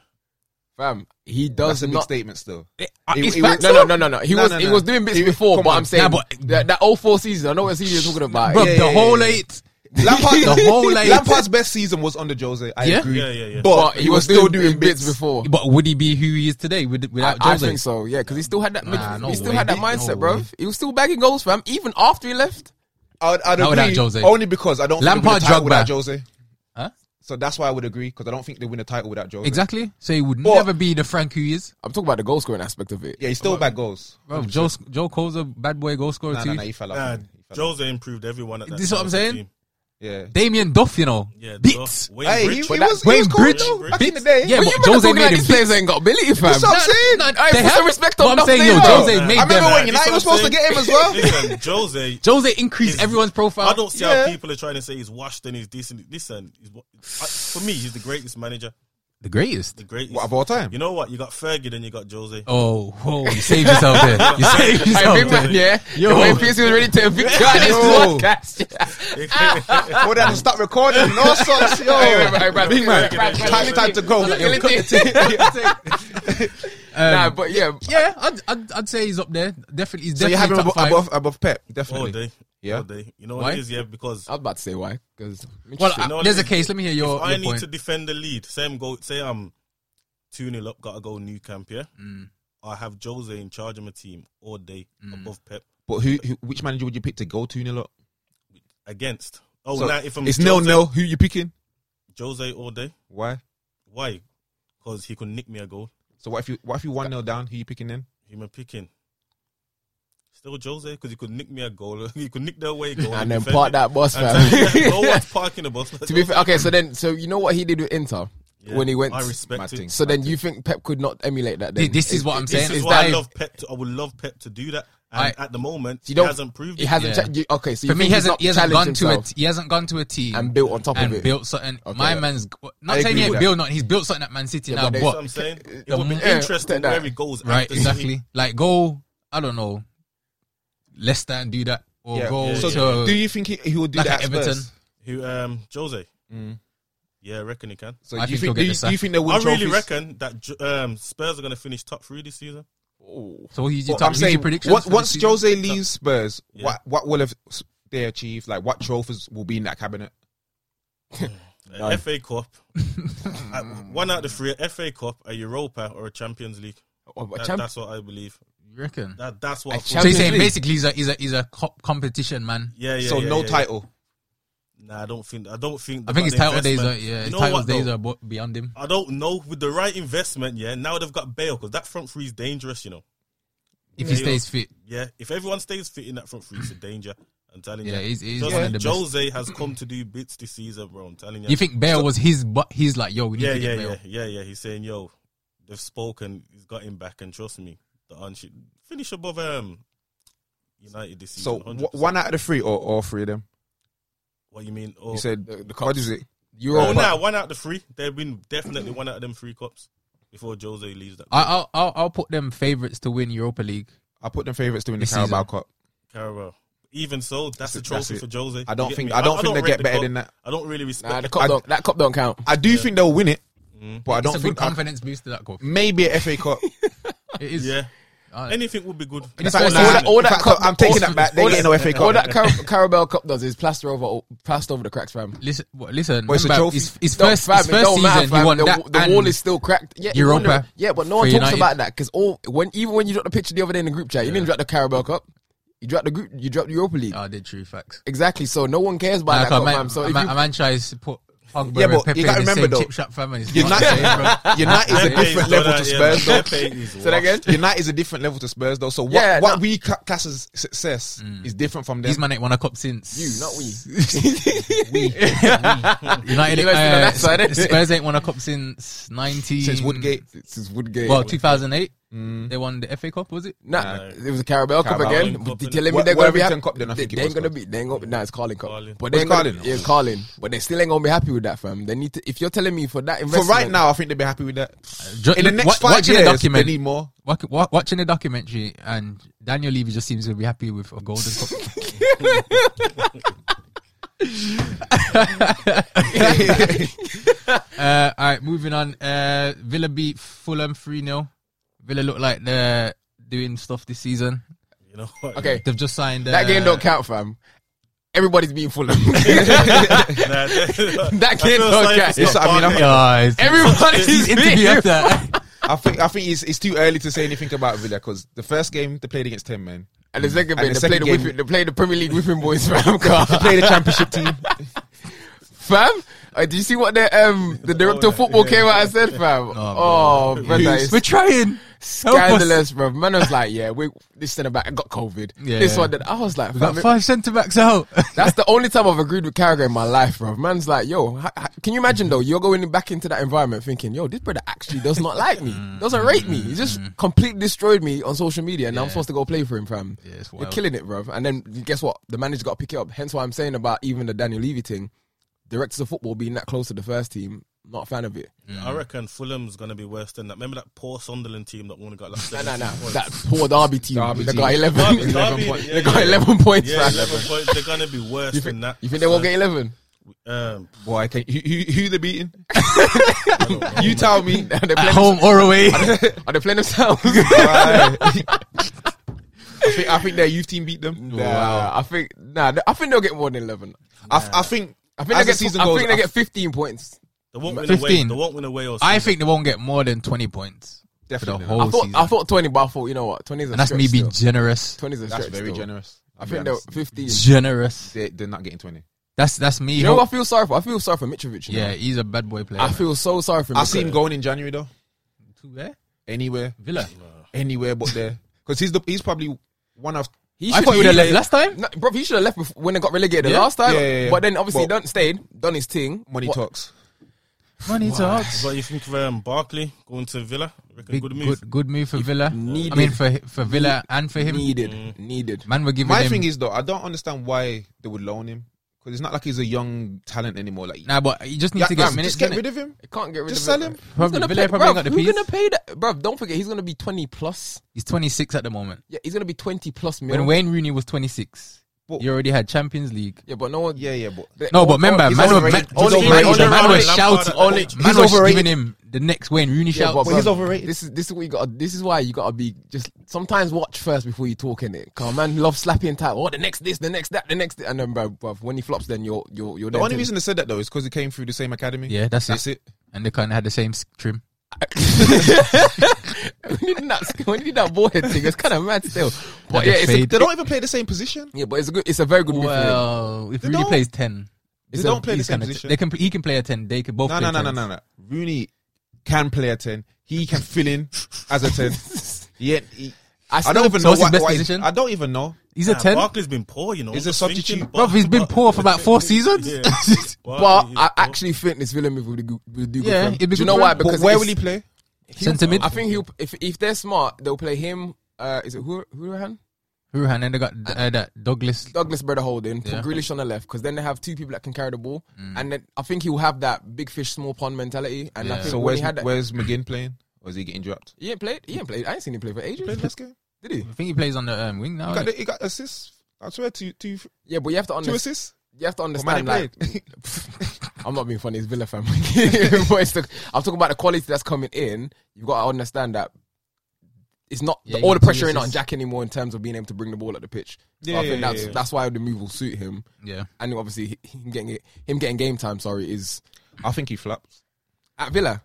S1: Fam, he
S2: That's
S1: does
S2: a big
S1: not
S2: statement still.
S5: Eh,
S3: Uh,
S2: He-
S3: it's
S2: he
S3: facts,
S2: was-
S1: No, no, no, no, no. He
S2: No,
S1: was
S2: no,
S1: he
S2: no.
S1: was doing bits before,
S2: come
S1: but
S2: on.
S1: I'm saying
S3: Nah, but-
S1: that, that 04 season. I know what season you're talking about.
S3: bro.
S1: Yeah.
S2: yeah,
S3: the
S2: yeah,
S3: whole
S2: yeah.
S3: eight.
S2: Lampard,
S3: The whole like-
S2: Lampard's best season was under Jose. I
S3: Yeah?
S2: agree.
S5: Yeah, yeah, yeah.
S2: But, he, was, still doing bits,
S1: before.
S3: But would he be who he is today with,
S1: I,
S3: without
S1: I
S3: Jose?
S1: think so, yeah, because he still had that.
S3: Nah,
S1: mid-
S3: no
S1: he still
S3: way.
S1: had that
S3: No
S1: mindset, bro.
S3: way.
S1: He was still bagging goals, fam, even after he left.
S2: I'd, I'd
S3: Not
S2: agree.
S3: without Jose.
S2: Only because I don't
S3: Lampard,
S2: think they win a title
S3: Drogba.
S2: without Jose.
S3: Huh?
S2: So that's why I would agree because I don't think they win a title without Jose.
S3: Exactly. So he would
S2: But-
S3: never be the Frank who he is.
S1: I'm talking about the goal scoring aspect of it.
S2: Yeah, he's still bad goals.
S3: Bro, Joe Joe Cole's a bad boy goal scorer
S2: Nah,
S3: too.
S2: nah, nah, he fell off.
S5: Nah,
S2: man. He fell off.
S5: Jose improved everyone at that.
S3: This is what I'm
S5: Chelsea
S3: saying?
S5: team.
S2: Yeah.
S3: Damien Duff, you know,
S5: Yeah,
S3: beats.
S5: Duff, Wayne
S2: Hey, he, he
S5: Bridge.
S1: But
S2: was,
S1: that-
S2: he was
S3: Wayne
S2: cold
S3: Bridge-
S2: though
S5: Bridge-
S2: back in the day.
S3: Yeah, but
S1: But you Jose
S3: Jose
S1: talking
S3: made
S1: like
S3: him
S1: these players ain't got ability, fam.
S2: That's what I'm saying.
S1: Hey,
S3: They
S1: put some
S3: have-
S1: respect
S3: but
S1: on
S3: I'm
S1: Duff
S3: saying,
S1: Naylor.
S3: yo, Jose
S5: Nah,
S3: made
S2: I remember
S3: them.
S2: when
S5: this
S2: United was
S5: what I'm
S2: supposed to
S5: saying.
S2: get him as well.
S5: Listen, Jose.
S3: Jose increased
S5: He's-
S3: everyone's profile.
S5: I don't see
S2: Yeah.
S5: how people are trying to say he's washed and he's decent. Listen, he's, wa- I, for me, he's the greatest manager.
S3: the greatest.
S5: The greatest.
S2: What, of all time?
S5: You know what? You got Fergie, then you got Jose.
S3: Oh, whoa! You saved yourself there. You saved
S1: Hey,
S3: yourself
S1: big
S3: there.
S1: man, yeah.
S3: Yo.
S1: The way PSG was ready to evict God, this
S2: Yo.
S1: podcast.
S2: Oh, they had to stop recording and all sorts. Yo,
S1: Hey, hey, hey, Brad,
S2: big man,
S1: Brad, Brad,
S2: time,
S1: Brad,
S2: time to go.
S1: Brad, Brad, Nah, but yeah,
S3: Yeah, I'd, I'd, I'd say he's up there. Definitely, he's
S2: So you have
S3: definitely
S2: him
S3: top
S2: above,
S3: five.
S2: above above Pep,
S5: all
S2: definitely.
S5: day.
S2: Yeah.
S5: All day. You know what
S3: Why?
S5: it is? Yeah, because
S1: I was about to say why because
S3: Well,
S5: You know
S3: I,
S5: what
S3: there's a
S5: it is?
S3: case. Let me hear your,
S1: Oh,
S5: if I
S3: your
S5: need
S3: point.
S5: to defend the lead, say I'm go say I'm two 0 up, gotta go new camp, yeah?
S1: Mm.
S5: I have Jose in charge of my team all day above Pep
S2: But who, who, which manager would you pick to go to nil up?
S5: against Oh
S2: So
S5: now if I'm
S2: it's
S5: Jose,
S2: nil nil. Who you picking?
S5: Jose all day.
S2: Why?
S5: Why? Because he could nick me a goal.
S2: So what if you what if you one nil down? Who you picking then?
S5: Who am I picking? Still Jose, because he could nick me a goal. he could nick their way goal.
S1: and then
S5: defend
S1: part
S5: it.
S1: that bus,
S5: And tell you,
S1: fam.
S5: no one's parking the bus.
S1: To be fair, okay, so then, so you know what he did with Inter
S5: Yeah,
S1: when he went.
S5: I respect
S2: Mad
S5: it.
S2: thing.
S5: This
S1: So then you think Pep could not emulate that? Then
S3: This is what I'm saying.
S5: is
S3: It's
S5: why I
S3: that-
S5: love Pep. To, I would love Pep to do that And
S3: I-
S5: at the moment,
S1: You
S5: he
S1: don't-
S5: hasn't proved
S1: He
S5: it.
S1: hasn't.
S3: Yeah.
S1: cha- you- okay, so you
S3: For me,
S1: think
S3: he
S1: he's
S3: hasn't,
S1: not
S3: he hasn't gone
S1: challenged
S3: to a
S1: himself
S3: t- he hasn't gone to a team
S1: and built on top
S3: and
S1: of it.
S3: built something.
S1: Okay,
S3: my
S1: yeah.
S3: man's
S1: I
S3: not saying
S1: agree
S3: he ain't
S1: with
S3: built nothing. He's built something at Man City now,
S1: but
S5: That's
S1: they-
S5: what
S3: but
S5: I'm saying. It
S1: the
S5: would be
S1: mo- yeah,
S5: interesting
S1: that-
S5: where he goes.
S3: right,
S5: after
S3: exactly.
S5: City.
S3: Like go, I don't know, Leicester and do that, or
S2: Yeah.
S3: go
S5: So
S3: to
S2: Do you think he, he will do
S3: like
S2: that
S3: at
S2: at
S3: Everton.
S2: Spurs?
S5: Who? Um, Jose.
S2: Mm.
S5: Yeah, I reckon he can.
S2: So
S3: I
S2: do you
S3: think he'll
S2: think,
S3: get the
S2: do you, do you
S3: sack.
S2: think they win
S5: I really
S2: trophies?
S5: reckon that J- um, Spurs are going to finish top three this season.
S3: So he's your
S2: Well,
S3: top
S2: I'm
S3: who's your
S2: saying
S3: predictions
S2: what,
S3: for this
S2: once
S3: season?
S2: Jose leaves Spurs,
S5: Yeah.
S2: what what will have s- they achieved? Like what trophies will be in that cabinet?
S5: Uh, FA Cup. Uh, one out of the three: FA Cup, a Europa, or a Champions League.
S1: Oh, but
S5: That-
S1: champ-
S5: that's what I believe.
S3: You reckon?
S5: That that's what.
S1: A
S5: I thought.
S1: champ-
S3: So you're
S1: Champions
S3: saying
S1: League.
S3: basically he's a he's a he's a co- competition man.
S5: yeah, yeah.
S2: so
S5: yeah,
S2: no
S5: yeah,
S2: title.
S5: yeah. Nah, I don't think. I don't think.
S3: I think his
S5: it's
S3: title days are yeah,
S5: You
S3: his
S5: know
S3: title
S5: what?
S3: days uh,
S5: Days
S3: are bo- beyond him.
S5: I don't know with the right investment. Yeah, now they've got Bale because that front three is dangerous. You know.
S3: If he
S5: Yeah, you-
S3: stays fit,
S5: Yeah, if everyone stays fit in that front three, it's a danger. I'm telling
S3: yeah,
S5: you.
S3: he's, he's
S5: Jose,
S3: one of the best.
S5: Jose has come to do bits this season, bro. I'm telling you.
S3: You think Bale was his, but he's like, yo, we need
S5: yeah,
S3: to
S5: yeah,
S3: get
S5: yeah,
S3: Bale.
S5: yeah, yeah. He's saying, "Yo, they've spoken. He's got him back, and trust me, the un- should finish above um United this
S2: So
S5: season."
S2: w-
S5: 100%.
S2: one out of the three, or all three of them?
S5: What you mean? Oh,
S2: You said
S1: the- the
S2: what is it?
S5: oh
S1: Europa.
S5: nah, one out of the three. They've been definitely one out of them three cups before Jose leaves that
S3: I, I'll, I'll I'll put them favorites to win Europa League.
S2: I put them favourites to win the
S3: This season.
S2: Carabao Cup.
S5: Carabao. Even so, that's
S2: That's
S5: the
S2: it,
S5: trophy
S2: that's it.
S5: for Jose.
S2: I
S5: You
S2: don't
S5: get
S2: think
S5: me?
S2: I don't think
S5: rate
S2: they get
S5: the
S2: better
S5: cup.
S2: than that.
S5: I don't really respect.
S1: Nah, the
S5: the
S1: cup
S2: I-
S1: don't, that cup don't count.
S2: I do think they'll win it, but I
S3: It's
S2: don't
S3: a good
S2: think I,
S3: confidence booster that cup.
S2: maybe a FA Cup.
S3: It is.
S5: yeah,
S3: Uh,
S5: anything would be good.
S2: In
S1: all
S2: fact, nah,
S1: that, all
S2: in
S1: that
S2: fact,
S1: cup,
S2: I'm taking
S1: all-
S2: that back. They
S1: all
S2: get
S1: that-
S2: no FA Cup.
S1: All that Car- Carabao Cup does is plaster over, plaster over the cracks, fam.
S3: Listen, what, listen.
S2: Well, it's a
S3: remember,
S2: trophy.
S3: His, his
S1: No,
S3: first,
S1: fam,
S3: his
S1: it
S3: first
S1: don't
S3: season,
S1: matter,
S3: he
S1: fam.
S3: won
S1: the,
S3: that.
S1: the
S3: and
S1: wall is still cracked. Yeah, you
S3: Europa
S1: wonder- yeah, but no one
S3: for
S1: talks
S3: United.
S1: about that because all when even when you dropped the picture the other day in the group chat, you didn't drop the Carabao Cup. You dropped the group. You dropped the Europa League.
S3: Oh, I did true facts.
S1: Exactly. So no one cares about
S3: Like,
S1: that cup,
S3: a man,
S1: fam. So
S3: a,
S1: if
S3: man,
S1: you,
S3: a man tries to put Pogba
S2: Yeah, but you
S3: and Pepe
S2: gotta
S3: in the
S2: remember
S3: same
S2: though,
S3: chip shop family. It's not the same, bro.
S2: United, United is a different level to Spurs, though.
S1: say that again.
S2: United is a different level to Spurs, though. So what,
S1: Yeah,
S2: what
S1: nah.
S2: we ca- class as success is different from them.
S3: These man ain't won a cup since
S1: You, not we.
S3: United.
S1: You guys still on that side,
S3: uh,
S1: eh?
S3: Spurs ain't won a cup since nineteen
S2: since Woodgate,
S1: This is Woodgate.
S3: Well, two thousand eight. They won the FA Cup, was it?
S1: Nah, it was a Carabao Cup
S2: Carabao
S1: again.
S5: Cup,
S1: you
S5: innit?
S1: telling me
S2: Wa-
S1: they're gonna be
S2: Warrington
S1: happy?
S2: Cup then, I
S1: they,
S2: think it
S1: they ain't
S2: was
S1: gonna
S2: called.
S1: be. They ain't gonna. Nah, it's Carling Cup.
S5: Carling.
S1: But
S2: Was
S1: they
S2: it
S1: ain't gonna,
S2: Carling?
S1: yeah, it's Carling. But they still ain't gonna be happy with that, fam. They need to. If you're telling me for that
S2: for
S1: investment,
S2: right now, I think they'd be happy with that.
S3: Jo-
S2: In the
S3: look,
S2: next
S3: wa-
S2: five
S3: watching
S2: years,
S3: the
S2: they
S3: document,
S2: need more.
S3: wa- wa- watching the documentary, and Daniel Levy just seems to be happy with a golden cup. uh, all right, moving on. Uh, Villa beat Fulham three 0 Villa look like they're doing stuff this season.
S5: You know what?
S1: okay,
S3: They've just signed uh,
S1: that game don't count, fam. Everybody's being full of.
S5: Nah,
S1: That
S5: that
S1: kid don't care.
S2: It's- I mean, I'm-
S3: Yeah, it's-
S1: Everybody's
S3: interview
S1: being.
S3: after.
S2: I think I think it's, it's too early to say anything about Villa because the first game they played against ten men.
S1: And the second
S2: Mm. And
S1: bit,
S2: the
S1: they play
S2: second
S1: the whipping,
S2: game-
S1: they play the Premier League whipping boys, fam. God.
S2: They played the Championship team.
S1: fam. Uh, do you see what the um the director of football came out and said, fam? oh, brother, it's
S3: We're trying. Help us.
S1: scandalous, bro. Man was like, yeah, we this thing about I got COVID.
S3: Yeah.
S1: This one that I was like,
S3: We've got
S1: fam,
S3: five centre backs out.
S1: that's the only time I've agreed with Carragher in my life, bro. Man's like, yo, ha- ha- can you imagine though? You're going back into that environment thinking, yo, this brother actually does not like me, doesn't rate me. He just completely destroyed me on social media, and now I'm supposed to go play for him, fam.
S3: Yeah, it's
S1: You're
S3: wild.
S1: killing it, bro. And then guess what? The manager got to pick it up. Hence why I'm saying about even the Daniel Levy thing. Directors of football being that close to the first team, not a fan of it.
S3: Mm.
S5: I reckon Fulham's gonna be worse than that. Remember that poor Sunderland team that only got like
S1: Nah,
S5: seven
S1: nah, nah.
S5: points?
S1: That poor Derby team.
S2: Derby
S1: they
S2: team.
S1: got 11.
S5: Derby,
S1: they got
S5: Derby,
S1: 11 points.
S5: yeah,
S1: they got
S5: yeah.
S1: 11 points,
S5: Yeah,
S1: fam.
S5: eleven points. They're gonna be worse
S1: You
S5: than
S1: think,
S5: that.
S1: you think they won't get 11?
S5: Um,
S2: Boy, can, who, who, who they beating? you tell me.
S1: Are they
S3: At
S1: playing,
S3: home or away.
S1: are they playing themselves?
S2: Right. I think I think their youth team beat them.
S1: Nah, I think nah. I think they'll get more than eleven.
S2: I, I think
S1: I
S2: as
S1: think they
S2: the
S1: get.
S2: season
S1: I
S2: goes,
S1: think they get fifteen points.
S5: they won't win away.
S3: 15.
S5: They won't win away. Or
S3: I
S5: something.
S3: think they won't get more than 20 points for
S2: Definitely
S3: the
S2: not.
S3: whole
S1: I thought
S3: season.
S1: I thought twenty, but I thought you know what, twenty is a
S3: and that's me
S1: stretch.
S3: being
S1: still.
S3: generous.
S1: Twenty is a
S2: that's
S1: stretch.
S2: very
S1: still.
S2: generous.
S1: I
S2: I'll be
S1: think they're
S2: honest.
S1: fifteen.
S3: Generous.
S2: they, they're not getting twenty.
S3: That's that's me.
S1: You know what I feel sorry for? I feel sorry for Mitrovic. you know?
S3: yeah, he's a bad boy player.
S1: I feel so sorry for. him.
S2: I see him going in January though.
S3: To where?
S2: Anywhere,
S3: Villa.
S2: anywhere but there, because he's the he's probably one of
S1: He
S3: I
S1: should-
S3: thought he would have
S1: he-
S3: left last time.
S1: No, bro, he should have left before, when they got relegated the
S3: Yeah?
S1: last time.
S2: Yeah, yeah, yeah.
S1: But then obviously
S2: But-
S1: he done stayed, done his thing.
S2: money
S1: What-
S2: talks.
S3: Money talks.
S5: What you think of um, Barkley going to Villa? Reckon
S3: Big,
S5: good
S3: good,
S5: move.
S3: good, move for Villa. I
S1: needed-
S3: mean, for for Villa and for him.
S1: Needed, needed.
S3: Man, we're giving
S2: My
S3: him.
S2: thing is though, I don't understand why they would loan him because it's not like he's a young talent anymore. Like,
S3: nah, but you just need
S2: yeah,
S3: to get
S2: just-
S3: minutes.
S2: just get
S3: innit?
S2: rid of him.
S1: They can't get rid
S2: Just
S1: of
S2: sell him.
S1: Who's
S3: Probably-
S1: gonna
S3: Villa
S1: pay,
S3: probably
S1: bruv,
S3: got the
S1: who's
S3: piece.
S1: gonna pay that, bro? Don't forget, he's gonna be twenty plus.
S3: He's 26 at the moment.
S1: Yeah, he's gonna be twenty plus mil.
S3: When Wayne Rooney was 26,
S2: But-
S3: you already had Champions League.
S1: yeah, but no one.
S2: Yeah, yeah, but
S1: they-
S3: No,
S1: all-
S3: but remember,
S1: all- he's
S3: man, was, man,
S1: overrated. He's
S2: Only-
S1: overrated.
S3: man was-
S2: only-
S3: man was
S5: only-
S3: shouting.
S5: only-
S3: man
S2: he's
S3: was
S2: overrated.
S3: giving him the next Wayne Rooney
S1: Yeah,
S3: shout.
S1: but
S2: he's
S1: bruv,
S2: overrated.
S1: This is this is what you got. This is why you gotta be just sometimes watch first before you talk in it. Cause man, love slapping tight. Oh, the next this, the next that, the next. This. And then, bro, bruv, when he flops, then you're you're you're.
S2: the
S1: there
S2: only
S1: to-
S2: reason they said that though is because he came through the same academy.
S3: Yeah, that's
S2: that's it.
S3: And they kind of had the same s- trim.
S1: when you did that, when you did that boyhead thing, it's kind of mad still. But
S3: the
S1: yeah, it's a,
S3: fade.
S2: They don't even play the same position.
S1: yeah, but it's a good. It's a very good move. for him.
S3: Well, if
S2: They
S3: Rooney
S2: don't-
S3: plays 10,
S2: They
S1: It's a-
S2: don't play the
S3: he's
S2: same
S3: kinda,
S2: position.
S3: they can he can play a 10. They can both.
S2: No,
S3: play
S2: no, no, no,
S3: 10s.
S2: no, no. Rooney can play a ten. He can fill in as a ten. Yeah, he,
S1: I
S2: I
S1: still
S2: don't even
S3: So
S2: know
S3: what's his
S2: why-
S3: best
S2: why-
S3: position?
S2: I don't even know.
S3: He's a
S5: Nah,
S3: 10.
S5: Barkley's been poor, you know.
S2: He's a
S5: Just
S2: substitute.
S5: thinking
S3: Bro, he's been poor for about four seasons.
S5: Yeah.
S1: But
S5: Barkley is
S1: I
S5: poor.
S1: actually think this villain move will do, will do
S3: Yeah,
S1: good. For
S3: it'd
S1: him.
S3: be
S1: Do
S3: good
S1: you know
S3: for
S1: why?
S3: him.
S2: But
S1: Because
S2: where
S1: it's-
S2: will he play?
S3: Centre mid.
S1: I think he'll if if they're smart, they'll play him. Uh, is it Hur- Hurahan?
S3: Hurahan, and they got uh, that Douglas.
S1: Douglas Brother holding, put
S3: Yeah. Mm.
S1: Grealish on the left, because then they have two people that can carry the ball, and then I think he'll have that big fish small pond mentality. And I
S3: Yeah.
S1: think
S2: So
S1: when
S2: where's
S1: he had that,
S2: where's McGinn playing? Or is he getting dropped?
S1: he ain't played. He ain't played. I ain't seen him play for ages.
S2: Played last game.
S1: Did he?
S3: I think he plays on the um, wing now.
S2: He got,
S3: innit?
S2: the- he got assists. I swear, two, two,
S1: Yeah, but you have to
S2: two
S1: understand.
S2: assists.
S1: You have to
S2: But man,
S1: understand.
S2: he
S1: Like,
S2: played.
S1: I'm not being funny. It's Villa fan. but it's the, I'm talking about the quality that's coming in. You've got to understand that it's not
S3: Yeah,
S1: all
S3: you got
S1: the
S3: two
S1: pressure ain't on
S3: assists.
S1: Jack anymore in terms of being able to bring the ball at the pitch. So
S2: Yeah,
S1: I think
S2: yeah,
S1: that's
S2: yeah.
S1: that's why the move will suit him.
S3: Yeah.
S1: And obviously he- him getting it, him getting game time. Sorry, is
S2: I think he flaps.
S1: at Villa.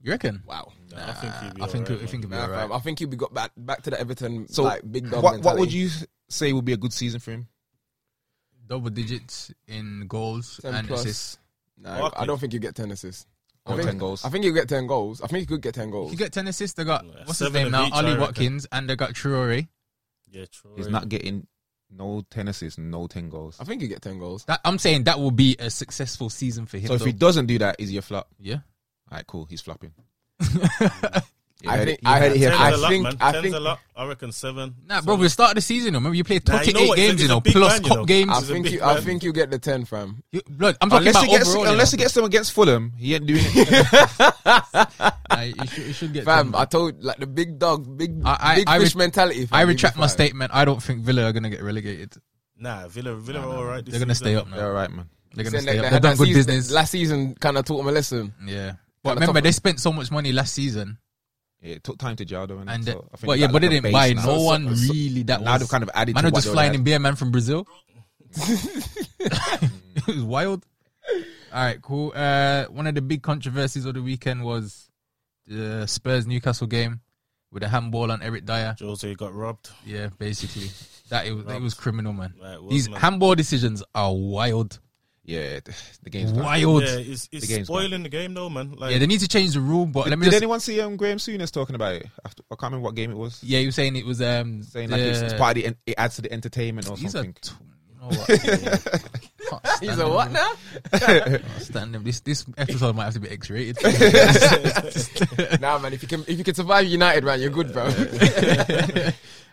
S3: You reckon?
S1: Wow.
S5: Nah, I think he'll
S3: I think
S5: be alright,
S3: I think
S5: man.
S3: it'll be
S1: Nah,
S3: alright.
S1: fam, I think he'll be got back back to the Everton
S2: So
S1: like big
S2: What,
S1: dog.
S2: what would
S1: mentality.
S2: you say would be a good season for him?
S3: Double digits in goals
S1: 10
S3: and
S1: plus.
S3: assists.
S1: Nah, I don't think you get ten assists. I
S2: Or
S1: think-
S2: 10 goals?
S1: I think you get ten goals. I think you could get ten goals.
S3: You get ten assists. They got
S5: Yeah,
S3: what's his
S5: seven
S3: name
S5: of
S3: now?
S5: each, I
S3: Ollie
S5: reckon.
S3: Watkins, and they got Traore.
S5: Yeah, Troy.
S2: He's not getting no ten assists, no ten goals.
S1: I think you get ten goals.
S3: That I'm saying that will be a successful season for him.
S2: So if
S3: though.
S2: he doesn't do that, is he a flop?
S3: yeah,
S2: All right, cool. He's flopping. You
S1: I
S2: heard
S1: think
S2: it- you
S1: I
S2: heard
S1: heard
S2: it
S1: it
S2: here
S1: here.
S5: Ten's
S1: I
S5: a lot,
S1: think
S5: man.
S1: I
S5: Ten's
S1: think
S5: a lot. I reckon seven.
S3: nah,
S5: seven.
S3: bro. We start of the season. Remember, you play
S5: Nah,
S3: top
S5: you know
S3: eight
S5: what, he's a-
S3: games. You
S5: he's a
S3: know,
S5: big
S3: plus
S5: man, you
S3: cup
S5: know.
S3: games.
S1: I
S5: He's a
S1: think
S5: big
S1: you, I
S5: man.
S1: think you get the ten, fam.
S3: You- blood, I'm talking
S2: Unless he
S3: about
S2: gets
S3: overall.
S2: unless he
S3: you
S2: gets them against Fulham, he ain't doing it.
S3: know. Nah, you should, you should get.
S1: Fam,
S3: ten.
S1: I told like the big dog, big
S3: I- I-
S1: big
S3: I
S1: fish
S3: ret-
S1: mentality. fam.
S3: I
S1: Leave
S3: retract
S1: it
S3: my
S1: fine.
S3: statement. I don't think Villa are gonna get relegated.
S5: Nah, Villa, Villa are all right. this
S3: They're gonna stay
S5: season.
S3: up now.
S2: Yeah, all right, man.
S3: They're gonna
S1: Saying
S3: stay
S1: that
S3: up.
S1: they
S3: They've
S1: had
S3: done
S1: that
S3: good
S1: season-
S3: business.
S1: Last season, kind of taught him a lesson.
S3: yeah, but
S1: Kinda
S3: remember
S1: tough.
S3: they spent so much money last season,
S2: Yeah, it took time to Jardo and,
S3: and uh,
S2: so I think
S3: well,
S2: that
S3: yeah, but they
S2: like a
S3: didn't
S2: base
S3: buy
S2: now.
S3: no one
S2: So- so-
S3: really. That
S2: now
S3: was
S2: they've kind of added.
S3: Man
S2: to
S3: was
S2: what
S3: just
S2: they
S3: flying
S2: had.
S3: in beer man from Brazil. it was wild. All right, cool. Uh, one of the big controversies of the weekend was the Spurs Newcastle game with a handball on Eric Dyer.
S5: Jose got robbed.
S3: Yeah, basically, that it was it was criminal, man.
S5: Like, it was,
S3: These
S5: man.
S3: handball decisions are wild,
S2: Yeah, th- the game's bad.
S3: wild.
S5: Yeah,
S3: Yeah.
S5: it's,
S2: The
S5: it's
S2: game's
S5: spoiling the game though, man. Like,
S3: they need to change the rule. But let me
S2: Did
S3: just
S2: anyone see um, Graham Souness talking about it? After, I can't remember what game it was.
S3: yeah, you were saying it was um
S2: Saying like it's, it's
S3: the-
S2: part of the, en- it adds to the entertainment or
S3: These are
S2: something.
S3: t- you know what? Can't stand
S1: He's a
S3: them,
S1: what
S3: man.
S1: now?
S3: Can't stand them. This this episode might have to be X-rated.
S1: nah, man. If you can, if you can survive United, man, you're good, bro.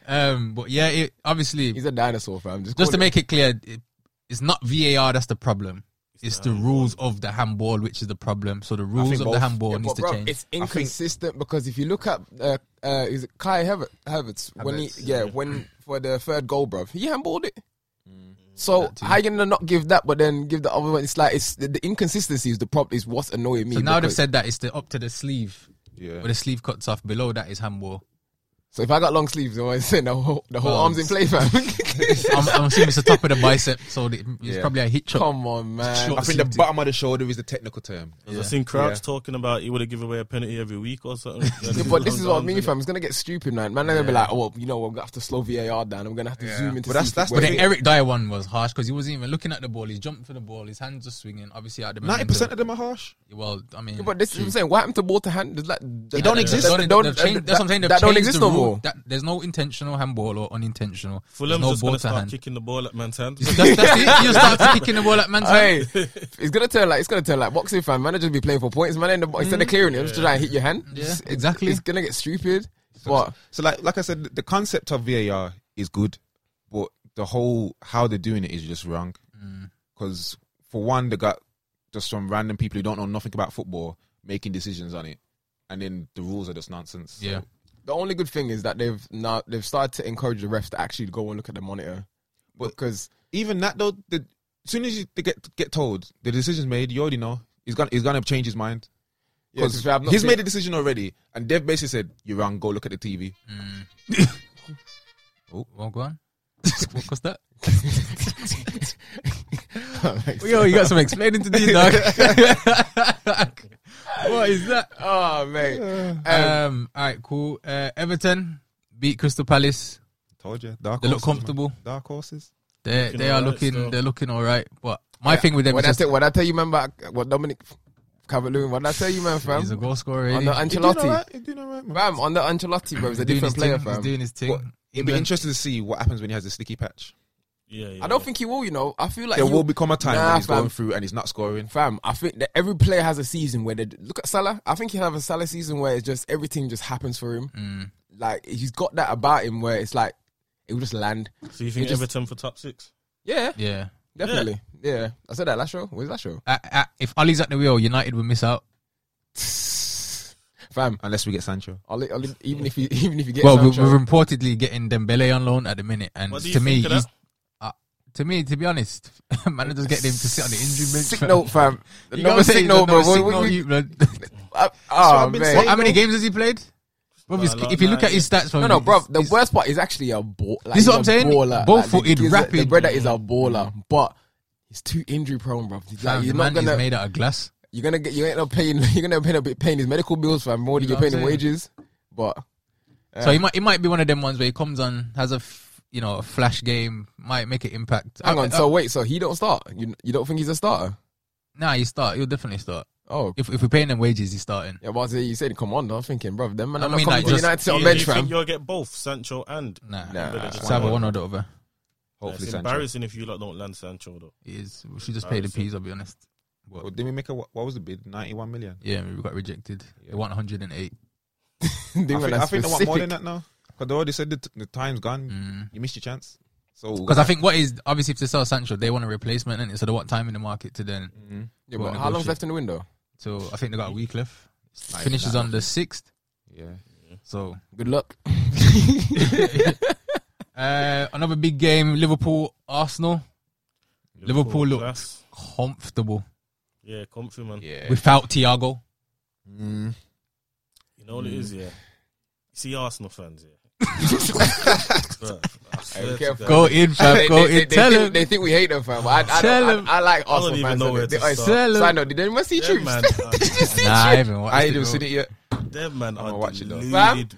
S3: um, but yeah, it, obviously,
S1: He's a dinosaur, fam. Just,
S3: just to
S1: call it.
S3: make it clear, it, it's not VAR that's the problem. It's the rules of the handball which is the problem. So the rules
S2: think
S3: of the
S2: both-
S3: handball
S1: Yeah,
S3: needs
S1: but
S3: to
S1: bro,
S3: change.
S1: it's inconsistent because if you look at uh, uh, is it Kai Haver- Havertz when he
S3: Havertz,
S1: yeah when for the third goal, bro, he handballed it.
S3: Mm.
S1: So how you gonna not give that, but then give the other one? It's like it's the, the inconsistency is the problem. Is what's annoying me.
S3: so now they've
S1: because-
S3: said that it's the up to the sleeve,
S2: Yeah.
S3: where the sleeve cuts off. Below that is handball.
S1: So if I got long sleeves, I'm saying the whole, the whole
S3: Well,
S1: arms in play, fam.
S3: I'm, I'm assuming it's the top of the bicep, so the, it's
S2: Yeah.
S3: probably a hit shot.
S1: Come on, man.
S3: Sure.
S2: I think the bottom of the shoulder is the technical term.
S5: 'cause I seen Crouch talking about he would have given away a penalty every week or something.
S1: Yeah, but this is what I mean, fam. It's gonna get stupid, man. Man, they're gonna be like, oh, well, you know, we're gonna have to slow VAR down. I'm gonna have to zoom into.
S2: But that's-
S1: see if
S2: that's
S1: it
S3: But
S1: works."
S3: the Eric Dyer one was harsh because he wasn't even looking at the ball. He's jumping for the ball. His hands are swinging. Obviously, out of the
S2: Ninety
S3: momentum.
S2: percent of them are harsh.
S3: Well, I mean, uh,
S1: But this is what I'm saying. What happened to ball to hand? Does that, that-
S2: don't
S1: that-
S2: exist.
S1: that
S3: They've changed- that's what I'm saying, they've
S1: That don't
S3: changed
S1: exist
S3: the
S1: no
S3: no
S1: more. Oh.
S3: that, there's no intentional handball or unintentional.
S5: Fulham's
S3: there's
S5: just
S3: no ball
S5: gonna
S3: to
S5: start
S3: hand.
S5: kicking the ball at man's hand.
S3: That's, that's it. You start kicking the ball at man's hand.
S1: Hey, it's gonna turn like it's gonna turn like boxing fan. Managers be playing for points. Man, in the, bo- instead of clearing it, just try and hit your hand.
S3: Mm. Yeah,
S1: It's- it's-
S3: exactly.
S1: It's gonna get stupid. What?
S2: So like like I said, the concept of VAR is good, but the whole how they're doing it is just wrong.
S3: Mm.
S2: Because for one, they got just some random people who don't know nothing about football making decisions on it, and then the rules are just nonsense.
S3: Yeah.
S1: The only good thing is that they've now they've started to encourage the refs to actually go and look at the monitor.
S2: But-
S1: Because
S2: Even that though, the, as soon as you they get get told the decision's made, you already know he's gonna he's gonna change his mind.
S1: yeah, to be fair, I've not
S2: he's
S1: seen-
S2: made a decision already, and they've basically said you're wrong. Go look at the TV.
S3: Oh, Well, go on. what was that?
S1: Like,
S3: Yo, you got some explaining to do, dog. what is that?
S1: oh mate,
S3: Um, all right, cool. Uh, Everton beat Crystal Palace.
S2: Told you, dark.
S3: They look
S2: horses, man.
S3: comfortable.
S2: Dark horses.
S3: They
S5: Looking
S3: they are
S5: alright
S3: looking
S5: still.
S3: they're looking all right. But my thing with them
S1: what
S3: is
S1: I
S3: just,
S1: tell what I tell you, man, about what Dominic Calvert-Lewin. What I tell you, man,
S3: he's a
S1: fam.
S3: goal scorer.
S1: On
S3: ain't
S1: the
S3: he?
S2: He doing
S1: Ancelotti,
S2: alright, he doing alright, man.
S1: fam. On the Ancelotti, bro, he's a
S3: Doing his
S1: different player,
S3: thing,
S1: fam.
S3: He's doing his
S2: But
S3: thing.
S2: It'd be
S3: England-
S2: interesting to see what happens when he has the sticky patch.
S5: yeah, yeah.
S1: I don't think he will. You know, I feel like
S2: There
S1: he
S2: will become a time
S1: Nah,
S2: when he's
S1: fam.
S2: going through and he's not scoring.
S1: Fam, I think that every player has a season where they look at Salah. I think he'll have a Salah season where it's just everything just happens for him. Like he's got that about him where it's like it will just land.
S5: So you think
S1: He just-
S5: Everton for top six?
S1: Yeah,
S3: Yeah.
S1: definitely. Yeah. I said that last show. Where's that show?
S3: Uh, uh, if Ali's at the wheel, United will miss out.
S1: Fam,
S2: Unless we get Sancho.
S1: I'll, I'll, even if you even if you get
S3: well, we-
S1: Sancho,
S3: we're reportedly getting Dembele on loan at the minute, and
S5: What do you
S3: to me,
S5: think of
S3: he's,
S5: that?
S3: uh, to me, to be honest, managers get him to sit on the injury bench.
S1: sick
S3: fam.
S1: note, fam.
S3: You
S1: No
S3: gotta say he's a
S1: signal,
S3: no
S1: bro. We-
S3: signal,
S1: we- we-
S3: you blood.
S1: I-
S2: I've
S1: Oh
S2: been
S1: man.
S2: saying.
S3: How many games has he played? Bro,
S5: Not
S3: he's-
S5: a lot,
S3: if you look
S5: nah,
S3: at his stats,
S1: No, no, bro. The worst part is actually a ball. Like,
S3: This is
S1: he's
S3: what
S1: a
S3: I'm saying.
S1: Baller.
S3: Both-footed,
S1: like, the- he's a- The
S3: rapid.
S1: brother is a baller, but he's too injury prone, bro. Like,
S3: the
S1: you're
S3: man
S1: not gonna.
S3: is made out of glass.
S1: You're gonna get you end up paying you're gonna end up paying his medical bills for more than
S3: You
S1: you're
S3: know what
S1: paying in
S3: I'm saying?
S1: wages. But
S3: So he might, it might be one of them ones where he comes on, has a, f- you know, a flash game, might make an impact.
S1: hang
S3: I-
S1: on,
S3: I-
S1: so wait, so he don't start? You you don't think he's a starter?
S3: nah, he start. He'll definitely start.
S1: Oh,
S3: If if we're paying them wages, he's starting.
S1: yeah, but you said come on. I'm thinking, bro, them man,
S3: I
S1: I'm not
S3: mean,
S1: coming
S3: like,
S1: to
S3: just-
S1: United sit
S5: Do
S1: on
S5: you,
S1: bench,
S5: do you think
S1: fam.
S5: you'll get both Sancho and?
S3: Nah,
S1: Nah.
S5: Dembele just
S3: It's either
S5: one?
S3: one or the other.
S2: Hopefully
S5: It's
S2: Sancho.
S5: embarrassing if you lot don't land Sancho though.
S3: It is. We should just pay the peas. I'll be honest.
S2: Well, didn't we make a what what was the bid? Ninety one million.
S3: Yeah, we got rejected. They want 108.
S1: They
S2: I
S1: were
S2: think,
S1: like
S2: I think they want more than that
S1: specific.
S2: now. Because they already said the, t- the time's gone. You missed your chance. So
S3: Because Mm. I think what is obviously if they sell Sancho, they want a replacement, and so they want time in the market to then.
S2: mm-hmm.
S1: Yeah,
S3: Go
S1: but
S3: on,
S1: how long's
S3: negotiate.
S1: left in the window?
S3: So I think they got a week left. Finishes on the sixth.
S2: yeah.
S3: So
S1: Good luck.
S3: uh, another big game: Liverpool, Arsenal. Liverpool look-
S5: class.
S3: Comfortable
S5: Yeah, comfy man.
S2: Yeah.
S3: without Thiago.
S5: You know what it is, yeah. You see Arsenal fans, yeah. Bruh, I swear to
S1: careful.
S3: Go
S5: God.
S3: in, fam.
S1: They-
S3: Go
S1: they- they-
S3: in.
S1: they
S3: Tell
S1: think-
S3: him.
S1: they think we hate them, fam. I, I,
S3: Tell
S1: don't-
S3: him.
S1: I, I like Arsenal
S5: even
S1: fans.
S5: know
S1: so
S5: where
S1: they- oh,
S5: to
S1: I-
S5: start.
S3: Tell him.
S1: So I know. Did anyone see
S5: Them
S1: troops?
S5: man,
S3: Nah, I haven't watched it,
S2: I ain't even
S3: bro.
S2: seen it yet.
S5: are- them man
S2: gonna
S5: are
S2: watch it though.
S5: deluded.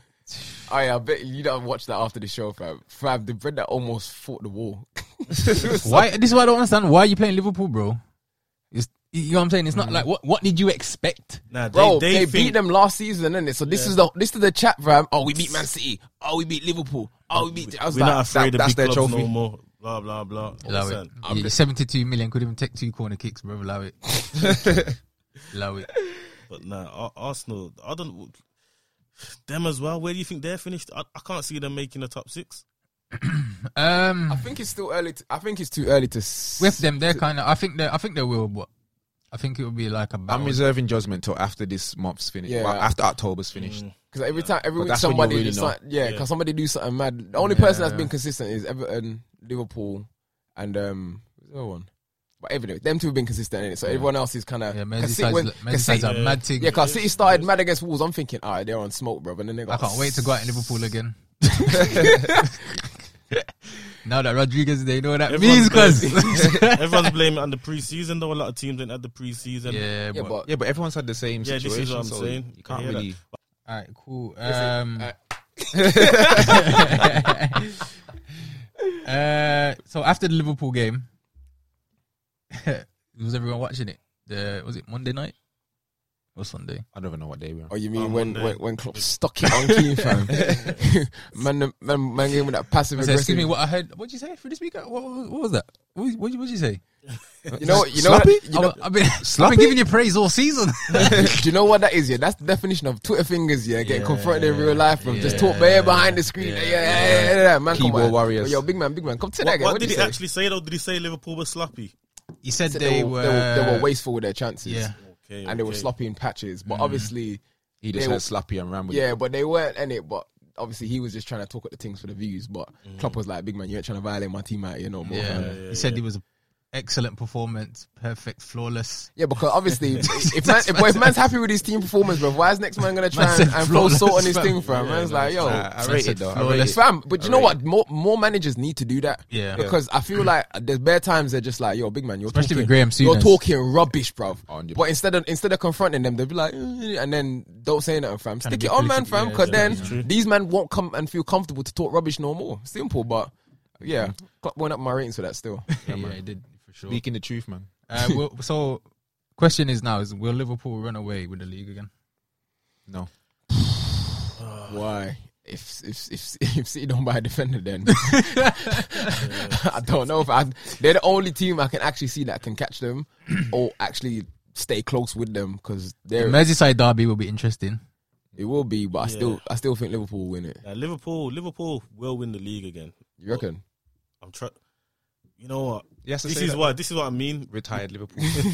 S1: Oh yeah, I bet you don't watch that after the show, fam. Fam, the bread that almost fought the wall.
S3: Why? This is what I don't understand. Why are you playing Liverpool, bro? It's, you know what I'm saying? It's not like what. What did you expect?
S5: Nah,
S1: Bro,
S5: they,
S1: they,
S5: think,
S1: beat them last season, innit? So this is the this is the chat, fam. Oh, we beat Man City. Oh, we beat Liverpool. Oh, we beat. I was
S5: We're
S1: like,
S5: not afraid
S1: that-
S5: of
S1: that's their
S5: big clubs
S1: trophy.
S5: no more. Blah blah blah.
S3: Allow it.
S5: Listen,
S3: Yeah, 72 million couldn't even take two corner kicks, bro. Allow it. Allow it.
S5: But nah, Ar- Arsenal. I don't. Them as well. Where do you think they're finished? I, I can't see them making the top six.
S3: Um,
S1: I think it's still early. To, I think it's too early to. s-
S3: with them, they're kind of. I think they. I think they will, but I think it will be like a battle.
S2: I'm reserving judgment till after this month's finished.
S1: Yeah.
S2: Well, after October's finished.
S5: Mm.
S1: Because every time, every
S2: But
S1: week
S2: that's when you
S1: somebody,
S2: really
S1: do
S2: know.
S1: something- yeah,
S5: Yeah.
S1: because somebody do something mad. The only person that's been consistent is Everton, Liverpool, and um, who's the other one? But Everton, them two have been consistent in it. So everyone else is kind of
S3: Yeah,
S1: City, when-
S3: Merseyside.
S1: 'cause City-
S3: Merseyside's a mad thing.
S1: yeah, because City started mad against Wolves. I'm thinking, all right, they're on smoke, bro. And then they
S3: I
S1: got.
S3: can't wait to go out in Liverpool again. now that Rodriguez, they know what that means,
S5: Everyone's
S3: cause
S5: Everyone's blaming it on the preseason though. A lot of teams didn't have the preseason.
S3: yeah,
S1: Yeah,
S3: but,
S1: but
S2: Yeah, but everyone's had the same
S5: Yeah, this is
S2: situation.
S5: what I'm
S2: so
S5: saying.
S2: You can't
S5: I hear
S2: really.
S3: all right, cool. Um,
S1: uh,
S3: uh, so after the Liverpool game, was everyone watching it? The was it Monday night? What's Sunday?
S2: I don't even know what day we are.
S1: Oh, you mean
S5: Um,
S1: when,
S5: Monday.
S1: when when Klopp stuck it on Keane, fam? man, man, man, gave him that passive
S3: I said, excuse
S1: aggressive.
S3: me, what I heard. What did you say for this week? What, what, what was that? What did what, what you say?
S1: You know, what- you know, what, you know,
S3: I, have been, I've been giving you praise all season.
S1: do you know what that is? Yeah, that's the definition of Twitter fingers. Yeah, getting
S3: Yeah,
S1: confronted in real life, bro. Just
S3: yeah,
S1: talk bare behind the screen. Yeah,
S3: yeah,
S1: yeah, yeah, yeah, yeah, man.
S2: Keyboard
S1: come on.
S2: warriors.
S1: Yo, big man, big man, come to that
S5: What,
S1: again.
S5: what
S1: What
S5: did
S1: did
S5: he
S1: you say?
S5: actually say though? Did he say Liverpool were sloppy?
S3: he said
S1: Said
S3: they,
S1: they were, they
S3: were.
S1: were wasteful with their chances.
S3: Yeah. Mm-hmm.
S5: Okay,
S1: and they were
S5: okay.
S1: sloppy in patches. But obviously,
S2: He just
S1: They-
S2: had sloppy and ran with
S1: yeah, but they weren't in it. But obviously, he was just trying to talk at the things for the views. But
S5: Mm-hmm.
S1: Klopp was like, "Big man, you ain't trying to violate my team out, you know." Bro.
S3: Yeah.
S1: Yeah.
S3: he said it was an excellent performance, perfect, flawless.
S1: because obviously, if man, if, if man's happy with his team performance, bro, why is next man gonna try
S3: Man
S1: and,
S3: said
S1: and throw salt on
S3: flawless,
S1: his
S3: fam.
S1: thing, fam? man's like, yo,
S2: Nah, I rate it though. I rate
S3: Flawless.
S2: it.
S1: fam. But you know what? More more managers need to do that.
S3: Yeah.
S1: Because I feel like there's bare times they're just like, yo, big man, you're
S3: Especially
S1: talking,
S3: with Graham
S1: you're
S3: Souness.
S1: talking rubbish, bruv.
S2: Oh, and you-
S1: But instead of instead of confronting them, they'll be like, "Eh," and then don't say nothing, fam.
S3: Trying to
S1: Stick
S3: be
S1: it on, man,
S3: politically-
S1: fam.
S3: yeah,
S1: Because
S3: yeah,
S1: then
S5: it's true.
S1: these men won't come and feel comfortable to talk rubbish no more. Simple, but yeah,
S2: Mm-hmm.
S1: Klopp went up my ratings for that still.
S3: Yeah, he did for sure.
S2: Speaking the truth, man.
S3: Uh, will, so, question is now: Is will Liverpool run away with the league again?
S2: No.
S1: Why? If if if if City don't buy a defender, then I don't know if I. They're the only team I can actually see that can catch them or actually stay close with them because they're
S3: Merseyside derby will be interesting.
S1: It will be, but I still I still think Liverpool will win it.
S5: Now, Liverpool, Liverpool will win the league again.
S1: You reckon?
S5: I'm trying. You know what?
S2: Yes,
S5: This is what this is what I mean.
S2: retired Liverpool.
S5: This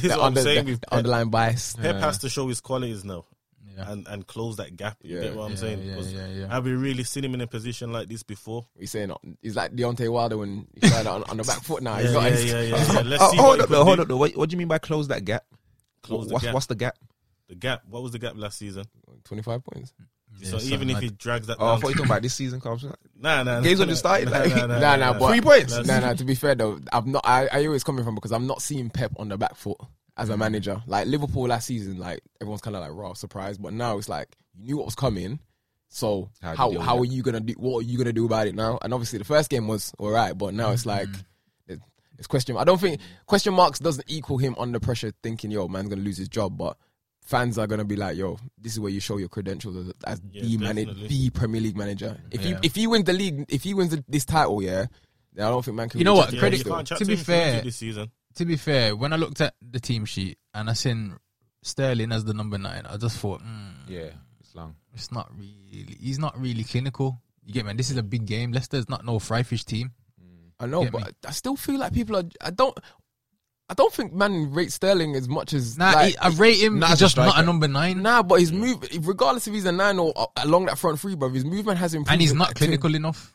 S5: is what I'm
S1: under-
S5: saying.
S1: the-
S5: With
S1: the
S5: Pep,
S1: underlying bias.
S5: Pep has to show his qualities now
S3: Yeah.
S5: and and close that gap. You
S1: Yeah.
S5: get what I'm
S3: Yeah,
S5: saying?
S3: yeah,
S5: 'Cause
S3: yeah, yeah.
S5: Have we really seen him in a position like this before?
S1: He's saying he's like Deontay Wilder when he started on, on the back foot. Now he's
S5: yeah,
S1: got
S5: yeah,
S1: his,
S5: yeah, yeah, yeah. Let's
S2: oh,
S5: see
S2: hold
S5: what
S2: up,
S5: he
S2: though,
S5: could
S2: hold
S5: do.
S2: up. Though. What, what do you mean by close that gap?
S5: Close the
S2: what's,
S5: gap.
S2: what's the gap?
S5: The gap. What was the gap last season?
S1: 25 points.
S3: Yeah,
S5: so
S3: something
S5: even if
S3: like
S5: he drags that,
S2: Oh, I
S5: down,
S2: thought you were talking about this season. 'cause I was
S5: nah, nah,
S2: Games
S5: nah,
S2: only started,
S5: Nah,
S2: like-
S5: nah, nah,
S1: Nah, nah,
S5: nah.
S1: but
S2: Three points?
S1: Nah, nah. To be fair though, I'm not. I, I hear where it's coming from because I'm not seeing Pep on the back foot as
S2: Mm.
S1: a manager. Like Liverpool last season, like everyone's kind of like raw surprised, but now it's like you knew what was coming. So
S2: How
S1: how
S2: do you
S1: how,
S2: deal
S1: are
S2: with
S1: you gonna do? What are you gonna do about it now? And obviously the first game was all right, but now it's like.
S2: Mm.
S1: it- It's question. I don't think question marks doesn't equal him under pressure, thinking yo man's gonna lose his job. But fans are gonna be like, yo, this is where you show your credentials as, as
S5: Yeah,
S1: the manager,
S5: definitely.
S1: the Premier League manager. If
S3: Yeah.
S1: he if he wins the league, if he wins the, this title, yeah, then I don't think man can.
S3: You know
S1: reach
S3: what?
S1: it
S5: Yeah,
S3: Credit-
S5: you
S1: still.
S5: can't chat
S3: to be
S5: him
S3: fair-
S5: this season.
S3: to be fair, when I looked at the team sheet and I seen Sterling as the number nine, I just thought, mm,
S2: like, yeah, it's long.
S3: it's not really. He's not really clinical. You get me? And This is a big game. Leicester's not no fry fish team.
S1: I know,
S3: Get
S1: but
S3: me.
S1: I still feel like people are. I don't. I don't think man rates Sterling as much as
S3: Nah,
S1: like-
S3: he- I rate him.
S2: Nah,
S3: he's
S2: as a
S3: just not a
S2: striker.
S3: number nine,
S1: nah. But his move, regardless if he's a nine or uh, along that front three, bro, his movement has improved.
S3: and he's
S1: to-
S3: not clinical enough.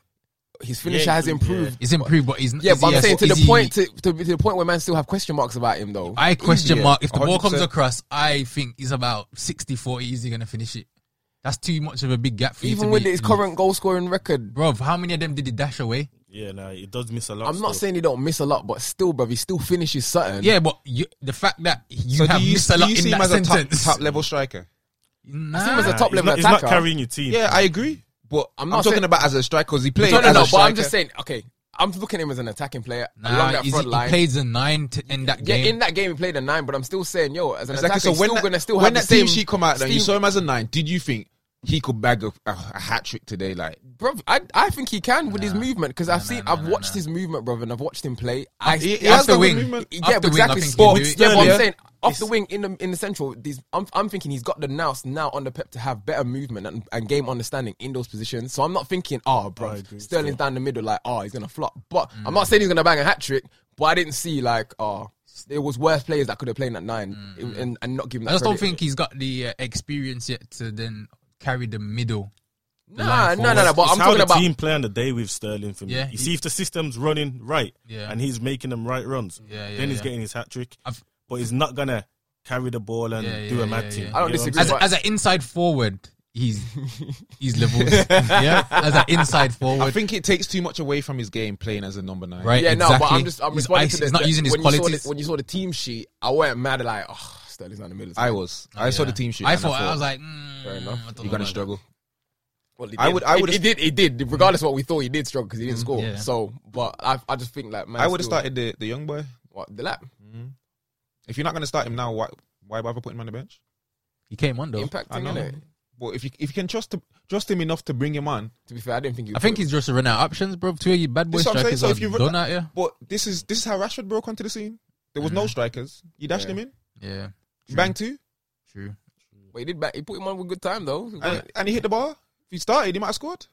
S1: His finisher
S5: Yeah,
S1: has
S5: yeah.
S1: improved.
S3: He's improved, but he's
S1: Yeah,
S3: is
S1: but
S3: he
S1: I'm
S3: a-
S1: saying to
S3: is
S1: the
S3: he-
S1: point to, to, to the point where man still have question marks about him though.
S3: I question
S2: Easier,
S3: mark if the ball comes
S2: 100%.
S3: across. I think he's about 60-40 Is he gonna finish it? That's too much of a big gap for you
S1: Even
S3: to
S1: with
S3: be-
S1: his current goal scoring record,
S3: Bro, how many of them did he dash away?
S5: Yeah, nah, it does miss a lot.
S1: I'm not
S5: still.
S1: saying he don't miss a lot, but still, bro, he still finishes certain.
S3: Yeah, but you, the fact that you have missed a
S2: do
S3: lot
S2: you
S3: in
S2: see him
S3: that
S2: as
S3: sentence.
S2: a top, top level striker?
S3: Nah.
S1: him as a
S5: Nah,
S1: top
S5: he's
S1: level
S5: not- he's not
S1: attacker.
S5: carrying your team.
S2: Yeah, I agree. But
S1: I'm
S2: I'm
S1: not
S2: not talking
S1: saying-
S2: about as a striker because he played
S1: No, no,
S2: as
S1: no.
S2: a
S1: But
S2: striker.
S1: I'm just saying. Okay, I'm looking at him as an attacking player along
S3: Nah,
S1: that
S3: he's-
S1: front
S3: he
S1: line.
S3: plays a nine to end that
S1: yeah,
S3: game.
S1: in that game he played a nine, but I'm still saying, yo, as an
S2: Exactly.
S1: attacker,
S2: So
S1: he's
S2: when
S1: still
S2: that,
S1: gonna still
S2: when
S1: have
S2: that
S1: the same.
S2: team sheet come out, and you
S1: Steve-
S2: saw him as a nine. Did you think he could bag a, a, a hat trick today? Like,
S1: bro, I, I think he can with his movement because I've seen, I've watched his movement, brother, and I've watched him play. I,
S2: he- he
S1: I
S2: has
S1: still
S2: the
S1: think-
S2: wing.
S1: Yeah,
S3: Off the
S1: but
S3: wing, I
S1: exactly.
S3: think he
S1: but,
S3: can do it.
S1: yeah, but
S5: Yeah.
S1: I'm saying off the wing in the in the central. These, I'm I'm thinking he's got the nous now on the Pep to have better movement and, and game understanding in those positions. So I'm not thinking, oh, bro, Sterling's down the middle, like, oh, he's gonna flop. But
S3: Mm.
S1: I'm not saying he's gonna bang a hat trick. But I didn't see like, oh, there was worse players that could have played at nine and, and not given. That
S3: Mm, I just don't
S1: credit.
S3: think he's got the uh, experience yet to then carry the middle. the
S1: Nah,
S3: line
S1: nah, nah,
S3: forward.
S1: nah. But
S5: it's
S1: I'm
S5: how
S1: talking
S5: the
S1: about
S5: team play on the day with Sterling for me.
S3: Yeah.
S5: you see if the system's running right,
S3: Yeah.
S5: and he's making them right runs,
S3: Yeah, yeah,
S5: then he's
S3: yeah.
S5: getting his hat trick.
S3: I've-
S5: But he's not gonna carry the ball and
S3: Yeah, yeah,
S5: do
S3: yeah,
S5: a mad
S3: yeah,
S5: thing.
S3: yeah.
S1: I don't
S5: You know what I'm
S1: disagree.
S3: As,
S1: But-
S3: as an inside forward, he's he's levels. yeah, as an inside forward.
S2: I think it takes too much away from his game playing as a number nine.
S3: Right,
S1: Yeah, no, but
S3: exactly.
S1: I'm just I'm
S3: He's
S1: responding
S3: ice-
S1: to the,
S3: He's not
S1: the-
S3: using his
S1: when You
S3: qualities.
S1: saw the, when you saw the team sheet, I weren't mad like, oh, Sterling's not in the middle.
S2: I was. I saw the team sheet.
S3: I
S2: and
S3: thought, I was like,
S1: Fair
S3: mm,
S1: enough.
S3: I don't
S2: you're
S3: know
S2: gonna
S3: about
S2: struggle.
S1: Well, he
S2: I
S1: did.
S2: would- I
S1: He-
S2: would've-
S1: He did. He did. Regardless of what we thought, he did struggle because he didn't score.
S3: yeah.
S1: So, but I, I just think like man,
S2: I would have
S1: still-
S2: started the, the young boy.
S1: what, the lap.
S2: If you're not gonna start him now, why why bother putting him on the bench?
S3: He came on though.
S2: I
S1: Impacting,
S2: know.
S1: innit?
S2: But if you if you can trust to, trust him enough to bring him on,
S1: To be fair, I didn't think you.
S3: I think he's just run out of options, bro. Two of you bad boy
S2: That's what I'm saying.
S3: strikers
S2: So
S3: are
S2: if you re-
S3: done out here.
S2: but this is this is how Rashford broke onto the scene. There was no strikers. You dashed
S1: Mm. Yeah.
S2: him in,
S3: Yeah,
S2: bang two,
S3: true.
S1: But he did. Back, he put him on with good time though.
S2: and, and he hit the bar. If he started, he might have scored.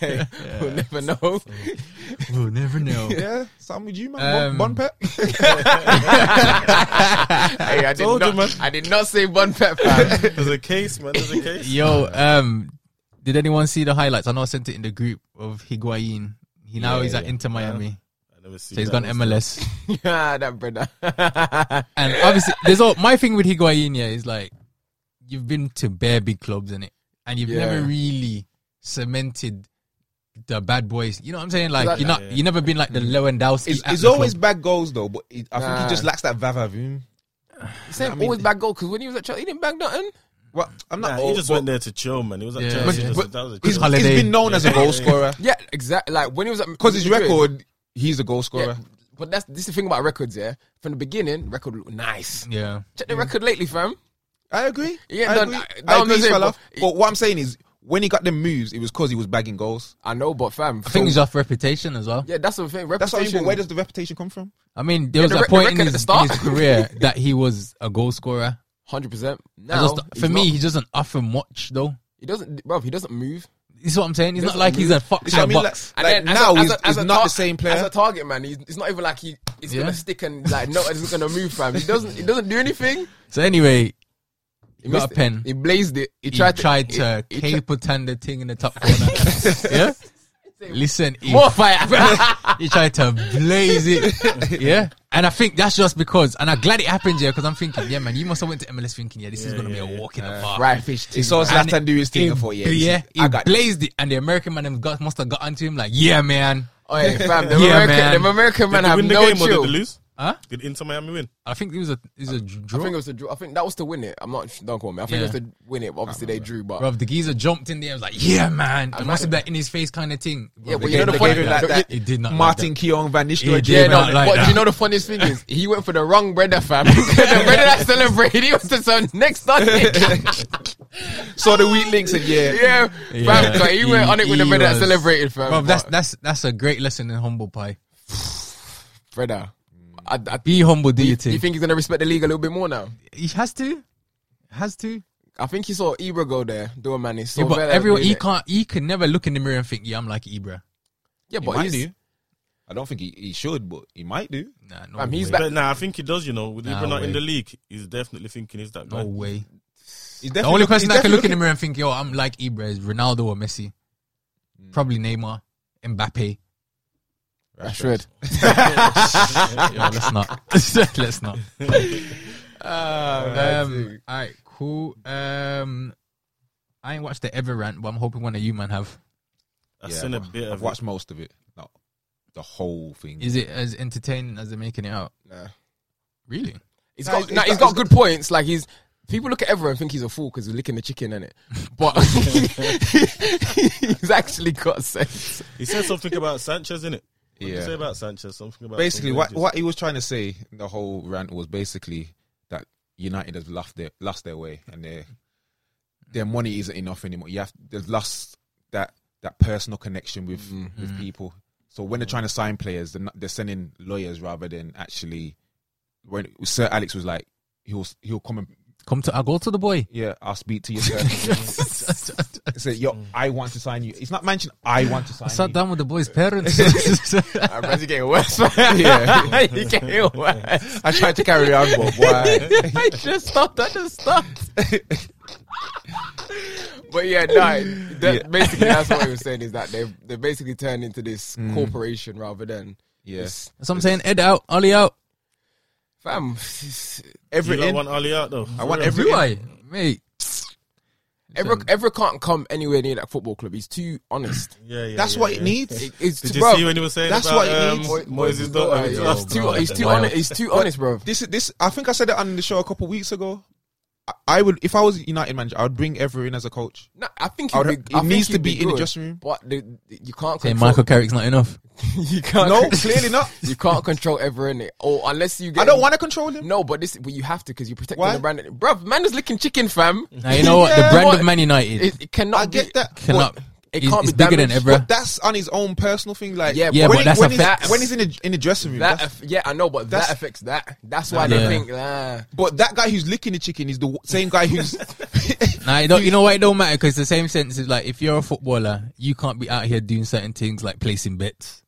S1: Hey, We'll never know.
S3: We'll never know.
S2: Yeah, Sam with you, man.
S3: Um,
S2: Bon, bon pet.
S1: hey, I did
S5: Told
S1: not.
S5: you, man.
S1: I did not say Bon Pep. fam.
S5: There's a case, man. There's a case.
S3: Yo, um, did anyone see the highlights? I know I sent it in the group of Higuain. He now
S1: Yeah,
S3: is at
S1: yeah.
S3: Inter Miami,
S5: I never see
S3: so he's
S5: that
S3: gone
S5: one.
S3: MLS.
S1: ah, that brother.
S3: And obviously, there's all my thing with Higuain. Yeah, is like you've been to bare big clubs in it, and you've
S1: Yeah.
S3: never really cemented the bad boys. You know what I'm saying? Like
S1: That-
S3: you're not,
S5: Yeah.
S3: you never been like the Lewandowski.
S2: Mm. It's,
S3: at
S2: it's
S3: the
S2: always
S3: club.
S2: bad goals though, but it, I think
S1: Nah.
S2: he just lacks that vavavoom.
S1: Same, always back goal because when he was at Chelsea, he didn't bang nothing.
S2: Well, I'm
S5: Nah,
S2: not.
S5: he
S2: oh,
S5: just
S2: but
S5: went there to chill, man. He was at
S3: Yeah.
S5: Chelsea.
S3: But-
S5: just-
S2: but
S5: that was a
S2: he's-
S5: chill.
S3: Holiday.
S2: he's been known as a goal scorer
S1: Yeah, exactly. Like when he was at
S2: because his record, he's a goal
S1: Yeah,
S2: scorer.
S1: but that's this is the thing about records. Yeah, from the beginning, record looked nice.
S3: Yeah,
S1: Check the record lately, fam.
S2: I agree.
S1: Yeah,
S2: I
S1: no,
S2: agree. I
S1: no, no,
S2: agree
S1: I'm
S2: he's
S1: saying,
S2: fell off.
S1: but-
S2: But what I'm saying is, when he got the moves, it was because he was bagging goals.
S1: I know, but fam,
S3: I think he's
S1: so-
S3: off reputation as well.
S1: yeah, that's the thing.
S2: That's what I mean.
S1: Reputation.
S2: But where does the reputation come from?
S3: I mean, there
S1: Yeah,
S3: was
S1: the
S3: a
S1: rec- the
S3: point in
S1: record at
S3: his,
S1: the start.
S3: in his career that he was a goal scorer.
S1: hundred percent.
S3: I
S1: Now,
S3: just- for
S1: Oh, he's
S3: me,
S1: not-
S3: he doesn't offer much though.
S1: he doesn't, bro. He doesn't move.
S3: This is what I'm saying. He's not
S1: Doesn't
S3: like he's a
S1: move.
S3: fuck
S2: It's what I
S3: kind
S2: mean.
S3: of
S2: Like,
S3: box.
S1: And
S2: like
S1: then as
S2: now,
S1: a- as
S2: he's,
S1: a- as
S2: he's
S1: a
S2: not
S1: tar-
S2: the same
S1: As
S2: player.
S1: a target man, he's, it's not even like he, he's
S3: Yeah.
S1: gonna stick and like no, it's gonna move, fam. He doesn't, he doesn't do anything.
S3: So anyway,
S1: He
S3: got a
S1: missed it.
S3: pen.
S1: He blazed it. He,
S3: he
S1: tried to,
S3: tried to
S1: he- he tried-
S3: capotan the thing in the top corner. yeah. Listen, he,
S1: more fire.
S3: he tried to blaze it. Yeah. And I think that's just because, and I'm glad it happened, yeah, because I'm thinking, yeah, man, you must have went to MLS thinking, yeah, this is
S5: Yeah,
S3: going to
S5: yeah,
S3: be a
S5: yeah.
S3: walk in the park.
S1: right, fish.
S2: He saw
S3: And
S2: Zlatan do his thing for
S3: he-
S2: years.
S3: Yeah, he
S2: I got
S3: blazed it, and the American man have got, must have got onto him like, yeah, man.
S1: Oi, fam, the
S3: Yeah,
S1: American,
S3: man.
S1: the American man
S5: Did they
S1: have
S5: win the
S1: no
S5: game or did
S1: chill.
S5: they lose?
S3: Huh?
S5: Did Inter Miami win?
S3: I think it was a, it was a draw.
S1: I think it was to draw. I think that was to win it. I'm not. Don't call me. I think it was
S3: Yeah.
S1: to win it. But obviously they drew. But
S3: Bro, the geezer jumped in there. I was like, "Yeah, man!" It must have been that in his face kind of thing. Bruv,
S1: Yeah, but
S3: they
S1: you know
S3: gave-
S1: the
S3: they
S1: funny-
S3: gave it like
S1: the-
S3: that.
S1: the-
S3: It did not. like
S2: Martin Keong, Van Nistelrooy.
S3: did
S2: Jay
S3: not
S2: Van-
S3: like
S1: but
S3: that.
S1: do you know the funniest thing is he went for the wrong brother, fam. the brother that celebrated, he was the son next on it.
S2: Saw the weak links and yeah.
S1: yeah,
S3: Yeah.
S1: fam. So he, went on it with the
S3: He
S1: brother
S3: was-
S1: that celebrated, fam.
S3: Bro,
S1: But-
S3: that's that's that's a great lesson in humble pie.
S1: brother. I, I,
S3: Be humble, do your
S1: do you
S3: thing.
S1: think he's gonna respect the league a little bit more now?
S3: He has to, has to.
S1: I think he saw Ibra go there, do a man. He saw
S3: Yeah, but
S1: Vela
S3: everyone,
S1: doing
S3: he
S1: it.
S3: can't, he can never look in the mirror and think, "Yeah, I'm like Ibra."
S1: Yeah,
S2: He
S1: but
S2: might
S1: he's,
S2: do. I don't think he, he should, but he might do.
S3: Nah, no
S1: Fam, he's
S3: way.
S1: back-
S5: But nah, I think he does. You know, with
S3: Nah,
S5: Ibra not in
S3: way.
S5: the league, he's definitely thinking he's that guy.
S3: No
S2: Oh,
S3: way.
S2: He's
S3: The
S2: definitely
S3: only
S2: look-
S3: person
S2: he's
S3: that can
S2: definitely
S3: look in the mirror and think, "Yo, I'm like Ibra," is Ronaldo or Messi.
S1: Mm.
S3: Probably Neymar, Mbappe.
S1: Rashford.
S3: Yo, let's not. let's not. Uh, Um, all right, cool. Um, I ain't watched the Everrant, but I'm hoping one of you man have.
S5: I've
S2: Yeah,
S5: seen a
S2: I've-
S5: bit
S2: I've
S5: of
S2: watched most of it. No, the whole thing.
S3: Is it as entertaining as they're making it out?
S1: Nah.
S3: Really?
S1: He's
S2: Nah,
S1: got,
S2: he's-
S1: nah,
S2: he's
S1: he's
S2: got-
S1: got good points. Like he's people look at Everett and think he's a fool because he's licking the chicken in it, but he's actually got sense.
S5: He said something about Sanchez, innit? What did
S2: Yeah.
S5: you say about Sanchez? Something about
S2: basically
S5: some
S2: what
S5: wages.
S2: what he was trying to say the whole rant was basically that United has lost their lost their way and their their money isn't enough anymore. You have they've lost that that personal connection with with people. So when they're trying to sign players, they're, not, they're sending lawyers rather than actually. When Sir Alex was like, he'll he'll come and
S3: Come to, I'll go to the boy.
S2: yeah, I'll speak to you. Sir. Say yo, I want to sign you. It's not mentioned. I want to sign.
S3: I sat
S2: you.
S3: down with the boy's parents.
S1: I'm actually getting worse. yeah, you getting worse.
S2: I tried to carry on, but why?
S1: I just stopped. I just stopped. but yeah, no. That,
S2: Yeah.
S1: Basically, that's what he was saying is that they've they have basically turned into this corporation rather than
S2: Yes,
S1: this
S3: That's what I'm saying. Ed out, Ollie out.
S1: fam.
S5: Do you
S2: every
S5: not
S2: in-
S5: want Ali out though.
S2: I want every
S3: Do I, mate?
S1: Everett Everett can't come anywhere near that football club. He's too honest.
S5: Yeah, yeah.
S2: That's
S5: yeah,
S2: what
S5: yeah.
S2: it needs.
S1: It- it's
S5: Did
S1: too,
S5: you
S1: bro,
S5: see when he was saying
S2: that's
S5: about,
S2: what it
S5: um,
S2: needs.
S1: Mo-
S5: Moises' daughter?
S1: Yo,
S5: That's
S1: He's too,
S5: too-
S1: he's too
S3: Wild.
S1: honest. He's too honest, bro.
S2: this this I think I said it on the show a couple weeks ago. I, I would if I was United manager, I would bring Ever in as a coach.
S1: No, I think
S2: I would-
S1: he'd
S2: it
S1: be, I think
S2: needs to
S1: he'd
S2: be in the
S1: good,
S2: dressing room.
S1: but the, the- you can't
S3: Saying
S1: control.
S3: Michael Carrick's not enough.
S1: you can't.
S2: No, clearly not.
S1: You can't control ever in it, or unless you get.
S2: I don't want to control him.
S1: No, but this, but you have to because you're protecting
S2: Why?
S1: the brand. Bruv, man is licking chicken, fam.
S3: Now you know what the
S2: Yeah,
S3: brand
S1: but
S3: of Man United
S1: It, it cannot.
S2: I get
S1: be-
S2: that. but-
S3: cannot.
S1: it
S3: it's-
S1: can't
S3: it's
S1: be
S3: bigger than
S1: damaged.
S3: ever.
S2: But that's on his own personal thing. Like,
S1: Yeah, Yeah,
S3: but
S2: he-
S3: that's
S2: when
S3: a
S2: he's-
S3: fact.
S2: when he's in the in the dressing room.
S1: That
S2: that's-
S1: aff- yeah, I know, but that
S2: that's-
S1: affects that. That's why they
S3: Yeah.
S1: think. ah.
S2: but that guy who's licking the chicken is the w- same guy who's.
S3: Nah, you, don't, you know why it don't matter because the same sentence is like if you're a footballer, you can't be out here doing certain things like placing bets.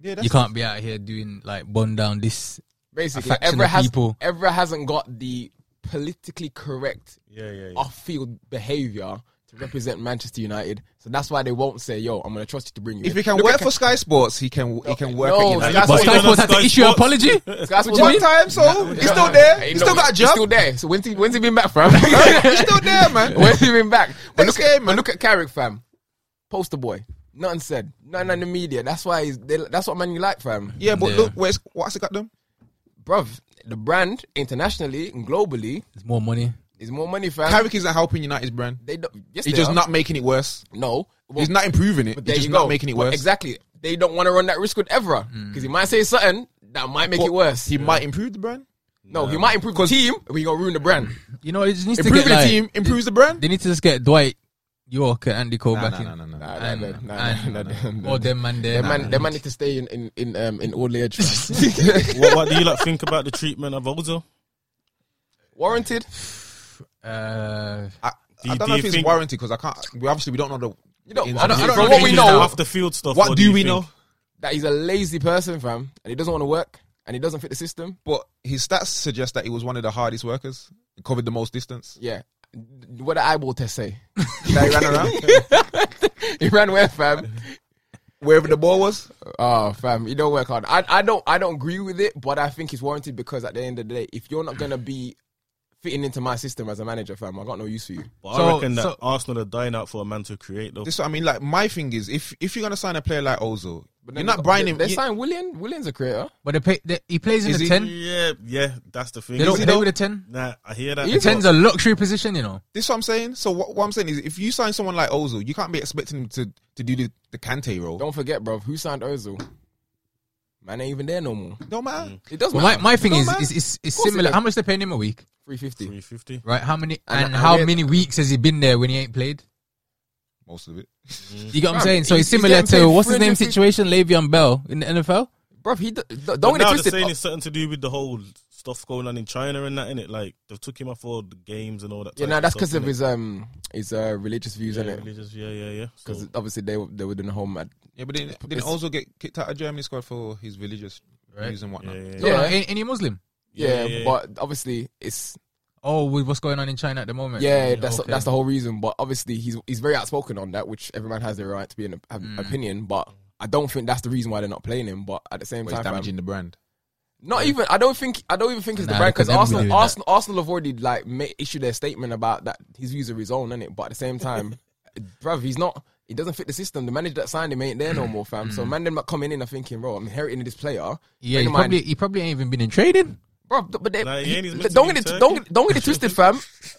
S2: yeah, that's
S3: You can't be out here doing like bond down this.
S1: basically
S3: Affection
S1: Evra
S3: of
S1: has
S3: people.
S1: Evra hasn't got the politically correct
S5: Yeah, yeah,
S2: Oh,
S5: yeah.
S1: off-field behavior to represent Manchester United. So that's why they won't say, "Yo, I'm gonna trust you to bring you."
S2: If
S1: in.
S2: he can
S1: Look
S2: work
S1: at
S2: for Sky Sports, he can he can work.
S1: No,
S2: at United.
S1: that's
S3: But
S1: what
S3: Sky
S5: you know,
S3: Sports had to
S5: Sky
S3: issue an
S5: Sports-
S3: apology.
S1: Sky Sports-
S2: one time, so he's still there. He's still got a
S1: He's
S2: job.
S1: still there. So when's he, when's he been back, fam?
S2: He's still there, man.
S1: when's he been back? But
S2: Next
S1: look at,
S2: game,
S1: but look at Carrick, fam. Poster boy. Nothing said. Nothing in the media. That's why he's. They, that's what man you like, fam.
S2: Yeah, but
S3: Yeah.
S2: look, where's what's it got them?
S1: Bruv, the brand internationally and globally
S3: It's more money.
S1: is more money, fam.
S2: Carrick isn't helping United's brand.
S1: they don't. Yes,
S2: He's
S1: they
S2: just
S1: are.
S2: not making it worse.
S1: No. Well,
S2: He's not improving it.
S1: But
S2: He's
S1: there
S2: just
S1: you
S2: not
S1: go.
S2: making it
S1: But
S2: worse.
S1: Exactly. They don't want to run that risk with Evra because he might say something that might make
S2: But
S1: it worse.
S2: He might improve the brand.
S1: no, Mm. he might improve the team, but he gonna ruin the brand.
S3: You know, it just needs to
S2: Improving
S3: get
S2: the
S3: like,
S2: team improves the brand.
S3: They need to just get Dwight York and Andy Cole
S2: Nah,
S3: back
S2: nah,
S3: in.
S2: nah, nah, nah.
S1: Nah,
S3: And,
S1: nah, nah, nah,
S3: and
S1: nah, nah, nah.
S3: all them man there.
S1: Their man, their man need to stay in in in um in old age.
S5: what, what do you like think about the treatment of Ozil?
S1: Warranted.
S3: Uh,
S2: I,
S5: Do
S2: I don't
S5: you- do
S2: know
S5: you
S2: if it's
S5: think-
S2: warranted because I can't. We obviously we don't know the.
S1: You know,
S2: the
S1: I don't,
S2: ins and
S1: I don't,
S2: outs.
S1: from what we
S5: Is that
S1: know,
S5: off the field stuff.
S2: What
S5: or
S2: do
S5: you
S2: we
S5: think-
S2: know?
S1: that he's a lazy person, fam, and he doesn't want to work, and he doesn't fit the system.
S2: But his stats suggest that he was one of the hardest workers. He covered the most distance.
S1: Yeah. What did eyeball test say?
S2: that he ran around
S1: He ran where, fam?
S2: wherever the ball was.
S1: Oh, fam, you don't work hard. I, I don't I don't agree with it, but I think it's warranted because at the end of the day, if you're not gonna be fitting into my system as a manager, fam, I got no use for you.
S5: But I
S3: So-
S5: reckon that
S3: so-
S5: Arsenal are dying out for a man to create though.
S2: This is what I mean. Like my thing is, if if you're gonna sign a player like Ozil, you're
S1: They-
S2: not buying
S1: they-
S2: him.
S1: They
S2: you-
S1: signed William. William's a creator.
S3: but they pay, they, he plays in
S2: Is
S3: the
S2: he-
S3: ten.
S5: yeah, yeah, that's the thing.
S3: They don't
S2: he
S3: play
S2: though?
S3: with a ten.
S5: Nah, I hear that.
S1: He's
S5: but
S3: Ten's a luxury position, you know.
S2: this is what I'm saying. So what, what I'm saying is, if you sign someone like Ozil, you can't be expecting him to to do the the Kante role.
S1: Don't forget, bro, who signed Ozil? Man ain't even there no more.
S2: Don't matter.
S1: It doesn't
S3: But my,
S1: matter.
S3: my thing
S2: No,
S3: is,
S2: man.
S3: is, is, is
S1: course he
S3: similar.
S1: does.
S3: How much they paying him a week,
S1: 350.
S5: 350.
S3: right? How many and,
S1: And- and
S3: how
S1: we're-
S3: many weeks has he been there when he ain't played?
S2: Most of it.
S3: You get what I'm
S1: Fam,
S3: saying? So it's
S1: he's- he's
S3: similar
S1: getting
S3: to
S1: paid
S3: what's his name
S1: 350
S3: situation, Le'Veon Bell in the NFL.
S1: Bro, he d- d-
S5: But
S1: don't get it
S5: now they're
S1: twisted.
S5: saying it's something to do with the whole stuff going on in China and that, innit? Like, they took him off all the games and all that.
S1: yeah,
S5: type
S1: no, that's
S5: stuff,
S1: because of
S5: innit?
S1: his um his uh, religious views,
S5: Yeah,
S1: innit? 'Cause it?
S5: religious, yeah, yeah, yeah. So,
S1: Because obviously they were- they were doing the whole mad.
S2: Yeah, but didn't, didn't
S1: It's-
S2: Ozil get kicked out of Germany squad for his religious views and
S5: yeah,
S2: whatnot?
S5: yeah,
S1: Yeah.
S5: yeah.
S3: Yeah, any, any Muslim?
S1: Yeah,
S5: Yeah, yeah,
S1: but obviously it's
S3: Oh, with what's going on in China at the moment?
S1: yeah, that's
S3: Okay.
S1: that's the whole reason. But obviously he's he's very outspoken on that, which everyone has their right to be an op-
S3: Mm.
S1: opinion. But I don't think that's the reason why they're not playing him. But at the same
S2: But it's
S1: time, fam,
S2: damaging the brand.
S1: Not even. I don't think. I don't even think it's the
S3: Nah,
S1: brand because
S3: because everybody
S1: Arsenal,
S3: doing that.
S1: Arsenal, Arsenal have already like made, issued their statement about that his views are his own, innit? But at the same time, bruv, he's not. He doesn't fit the system. The manager that signed him ain't there no more, fam. So man, them not coming in and thinking, bro, I'm inheriting this player.
S3: Mm. Yeah,
S1: Bear
S3: he
S1: in mind-
S3: probably he probably ain't even been in trading.
S1: Bro, but they,
S5: Nah, he
S1: he-
S5: ain't even meant to
S1: don't
S5: be
S1: get it,
S5: in
S1: don't
S5: Turkey.
S1: get, don't get it twisted, fam.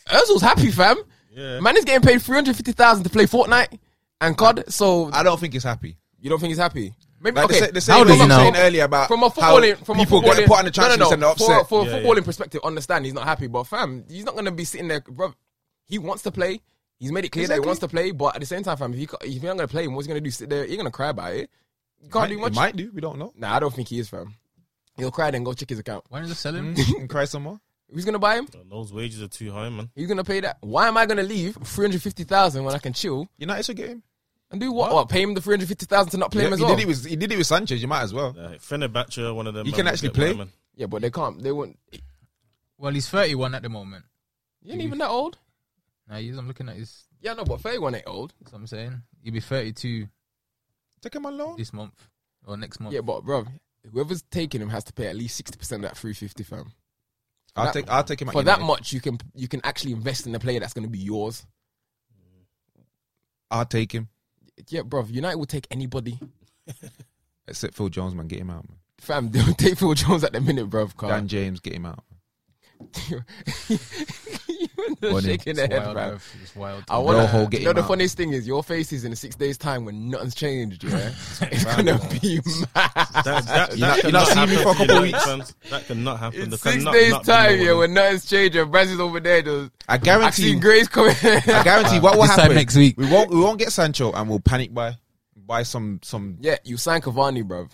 S1: Özil's happy, fam.
S5: Yeah.
S1: Man is getting paid three hundred fifty thousand to play Fortnite and COD. So
S2: I don't think it's happy.
S1: you don't think he's happy? Maybe
S2: Like
S1: okay.
S2: the, sa- the same
S3: old
S2: thing
S3: is he
S2: I'm
S3: now?
S2: saying earlier about
S1: from a
S2: how
S1: footballing, from
S2: people
S1: a footballing,
S2: get put on the chance
S1: no, no,
S2: and
S1: no.
S2: upset.
S1: For, for
S5: Yeah,
S1: a footballing perspective, understand he's not happy. But fam, he's not gonna be sitting there, bro. He wants to play. He's made it clear that he
S2: Exactly.
S1: wants to play. But at the same time, fam, if, you, ca- if you're not gonna play him, what's he gonna do? Sit there? You're gonna cry about it. You can't
S2: might,
S1: do much.
S2: It might do. We don't know.
S1: Nah, I don't think he is, fam. He'll cry then go check his account.
S3: Why don't they sell
S1: Mm.
S3: him?
S2: and cry some more.
S1: Who's gonna buy him?
S5: Those wages are too high, man.
S1: Who's gonna pay that? Why am I gonna leave three hundred fifty thousand when I can chill
S2: United should get him.
S1: and do what? What? pay him the three hundred fifty thousand to not play
S2: Yeah,
S1: him as
S2: he
S1: well?
S2: did it with he did it with Sanchez. You might as well.
S5: Uh, Fenerbahce, one of them.
S2: He
S5: man,
S2: can
S5: will
S2: actually
S5: get by,
S2: play.
S5: man.
S1: yeah, but they can't. They won't.
S3: Well, he's 31 at the moment.
S1: He ain't even that old.
S3: Now, he's, I'm looking at his.
S1: Yeah, no, but thirty-one ain't old.
S3: That's what I'm saying. He'll be 32
S2: Take him on loan.
S3: this month or next month.
S1: Yeah, but bro, whoever's taking him has to pay at least sixty percent of that three fifty, fam.
S2: I'll
S1: that-
S2: take I'll take him. at
S1: For that
S2: United.
S1: much, you can you can actually invest in a player that's going to be yours.
S2: I'll take him.
S1: Yeah, bro, United will take anybody.
S2: Except Phil Jones, man, get him out. Man.
S1: Fam, they'll take Phil Jones at the minute, bro.
S2: Dan James, get him out.
S1: you
S2: Bonnie.
S1: shaking their
S3: It's
S1: head,
S3: wild,
S1: bruv.
S3: bruv. It's wild.
S1: I
S2: Bro,
S1: want
S2: Ho,
S1: to.
S2: get
S1: You know
S2: him
S1: the
S2: out.
S1: funniest thing is your face is in six days time when nothing's changed. Yeah, it's gonna be mad.
S5: That, that,
S2: You not-
S5: that
S2: you not
S5: cannot
S2: see me
S5: happen
S2: for a
S5: to
S2: couple
S5: United
S2: weeks?
S5: fans. That cannot happen.
S1: In
S5: There
S1: six
S5: cannot
S1: days
S5: not be
S1: time,
S5: no
S1: yeah,
S5: one.
S1: when nothing's changed, and Braz is over there. Just,
S2: I
S1: I
S2: guarantee.
S1: seen
S2: you-
S1: Grace coming.
S2: I guarantee. What will
S3: This time
S2: happen
S3: next week.
S2: We won't. We won't get Sancho, and we'll panic buy, buy some some.
S1: yeah, you signed Cavani, bruv.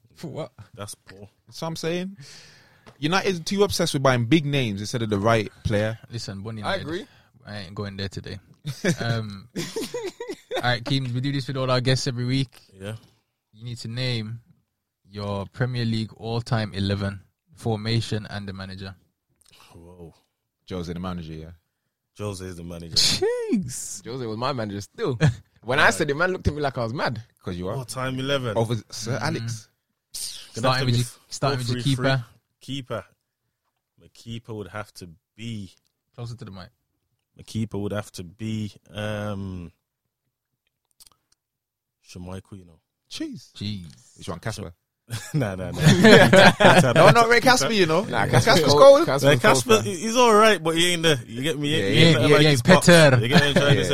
S3: For what?
S5: That's poor.
S2: So I'm saying, United is too obsessed with buying big names instead of the right player.
S3: Listen, Bonnie.
S1: I
S3: United,
S1: agree.
S3: I ain't going there today. Um, all right, Keems, we do this with all our guests every week.
S5: Yeah.
S3: You need to name your Premier League all-time eleven formation and the manager.
S5: Whoa.
S2: Jose, the manager, yeah.
S5: Jose is the manager.
S3: Jeez.
S1: Jose was my manager still. When I said it, man looked at me like I was mad.
S2: Because you are
S5: All time eleven.
S2: over Sir Alex.
S5: Gonna have
S3: Starting
S5: to
S3: with
S5: be
S3: your,
S5: f-
S3: starting with your
S5: 4-3-3.
S3: keeper.
S5: Keeper. My keeper would have to be.
S3: Closer to the mic.
S5: My keeper would have to be. Um, Shamichael, you know.
S2: Jeez.
S3: Jeez.
S2: Which one, Casper?
S5: nah, nah, nah.
S2: No, no, Ray Casper. You know,
S1: Nah,
S2: Casper's
S1: cold.
S2: cold.
S1: Casper's
S5: Like
S1: cold,
S5: Casper,
S1: bruv.
S5: he's all right, but he ain't there. You get me? He
S2: Yeah,
S5: ain't- he ain't
S3: yeah,
S5: nothing
S3: yeah,
S5: like
S3: yeah,
S5: his pops.
S3: Peter.
S5: You get what I'm trying to
S2: Yeah.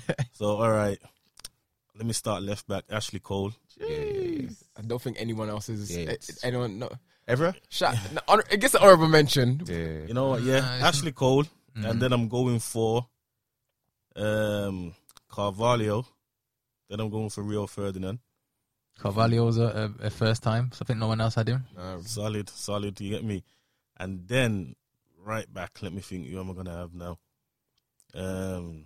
S5: say? So, all right. Let me start left back. Ashley Cole.
S2: Yeah, yeah, yeah.
S1: I don't think anyone else is.
S2: Yeah,
S1: eh,
S2: it's-
S1: anyone? No.
S2: Ever?
S1: Shut. No, honor, it gets an honorable mention.
S2: Yeah.
S5: You know what? Yeah,
S3: Nice.
S5: Ashley Cole,
S3: Mm-hmm. Mm.
S5: and then I'm going for um Carvalho. Then I'm going for Rio Ferdinand.
S3: Carvalho's a, a, a first time, so I think no one else had him.
S5: Solid, solid. You get me? And then right back. Let me think. Who am I gonna have now? Um,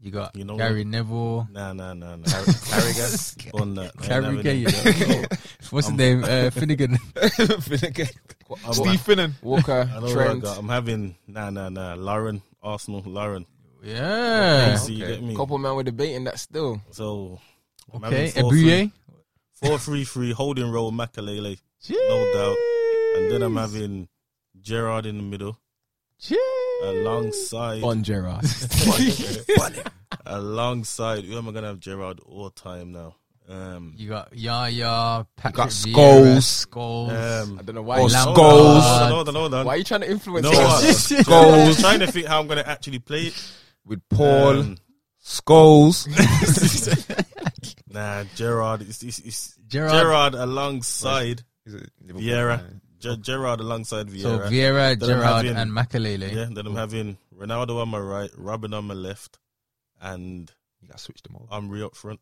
S3: You got
S5: You know
S3: Gary Neville.
S5: nah, nah, nah, nah. Carragher. On that. uh, I
S3: Gary
S5: ain't having
S3: Gay.
S5: him. Yeah, no.
S3: What's his
S5: Um,
S3: name? Uh, Finnegan.
S2: Finnegan.
S5: I'm-
S2: Steve Finnan.
S1: Walker,
S5: I know what I
S1: Trent,
S5: got. I'm having nah, nah, nah. Lauren, Arsenal, Lauren.
S3: Yeah.
S5: So you
S2: okay.
S5: get me?
S1: couple man were debating that still.
S5: So I'm
S3: Okay.
S5: having four, three,
S3: Ebuye.
S5: four, three, three. Holding role, Makalele, no doubt. And then I'm having Gerard in the middle, alongside
S1: Bon Gerard.
S5: alongside. Who am I gonna have Gerard all time now? Um,
S3: You got Yaya, Patrick
S2: got
S3: Vieira,
S2: Scholes.
S3: Scholes.
S1: I
S5: um,
S1: don't know why.
S2: Or
S1: you-
S3: Lampard.
S2: Scholes.
S5: Hold on, hold on, hold
S1: Why
S5: on.
S1: are you trying to influence
S5: No,
S1: us?
S5: I- I'm
S2: Scholes
S5: trying to think how I'm gonna actually play it.
S2: with Paul
S5: Um,
S2: Scholes.
S5: nah, Gerard. It's, it's, it's
S3: Gerard.
S5: Gerard alongside
S2: Is it Liverpool?
S5: Vieira. Ge- Gerard alongside Vieira.
S3: So Vieira,
S5: Then I'm
S3: Gerrard,
S5: having-
S3: and Makalele.
S5: Yeah, then I'm having Ronaldo on my right, Robin on my left, and
S2: You gotta switch them over.
S5: Omri up front.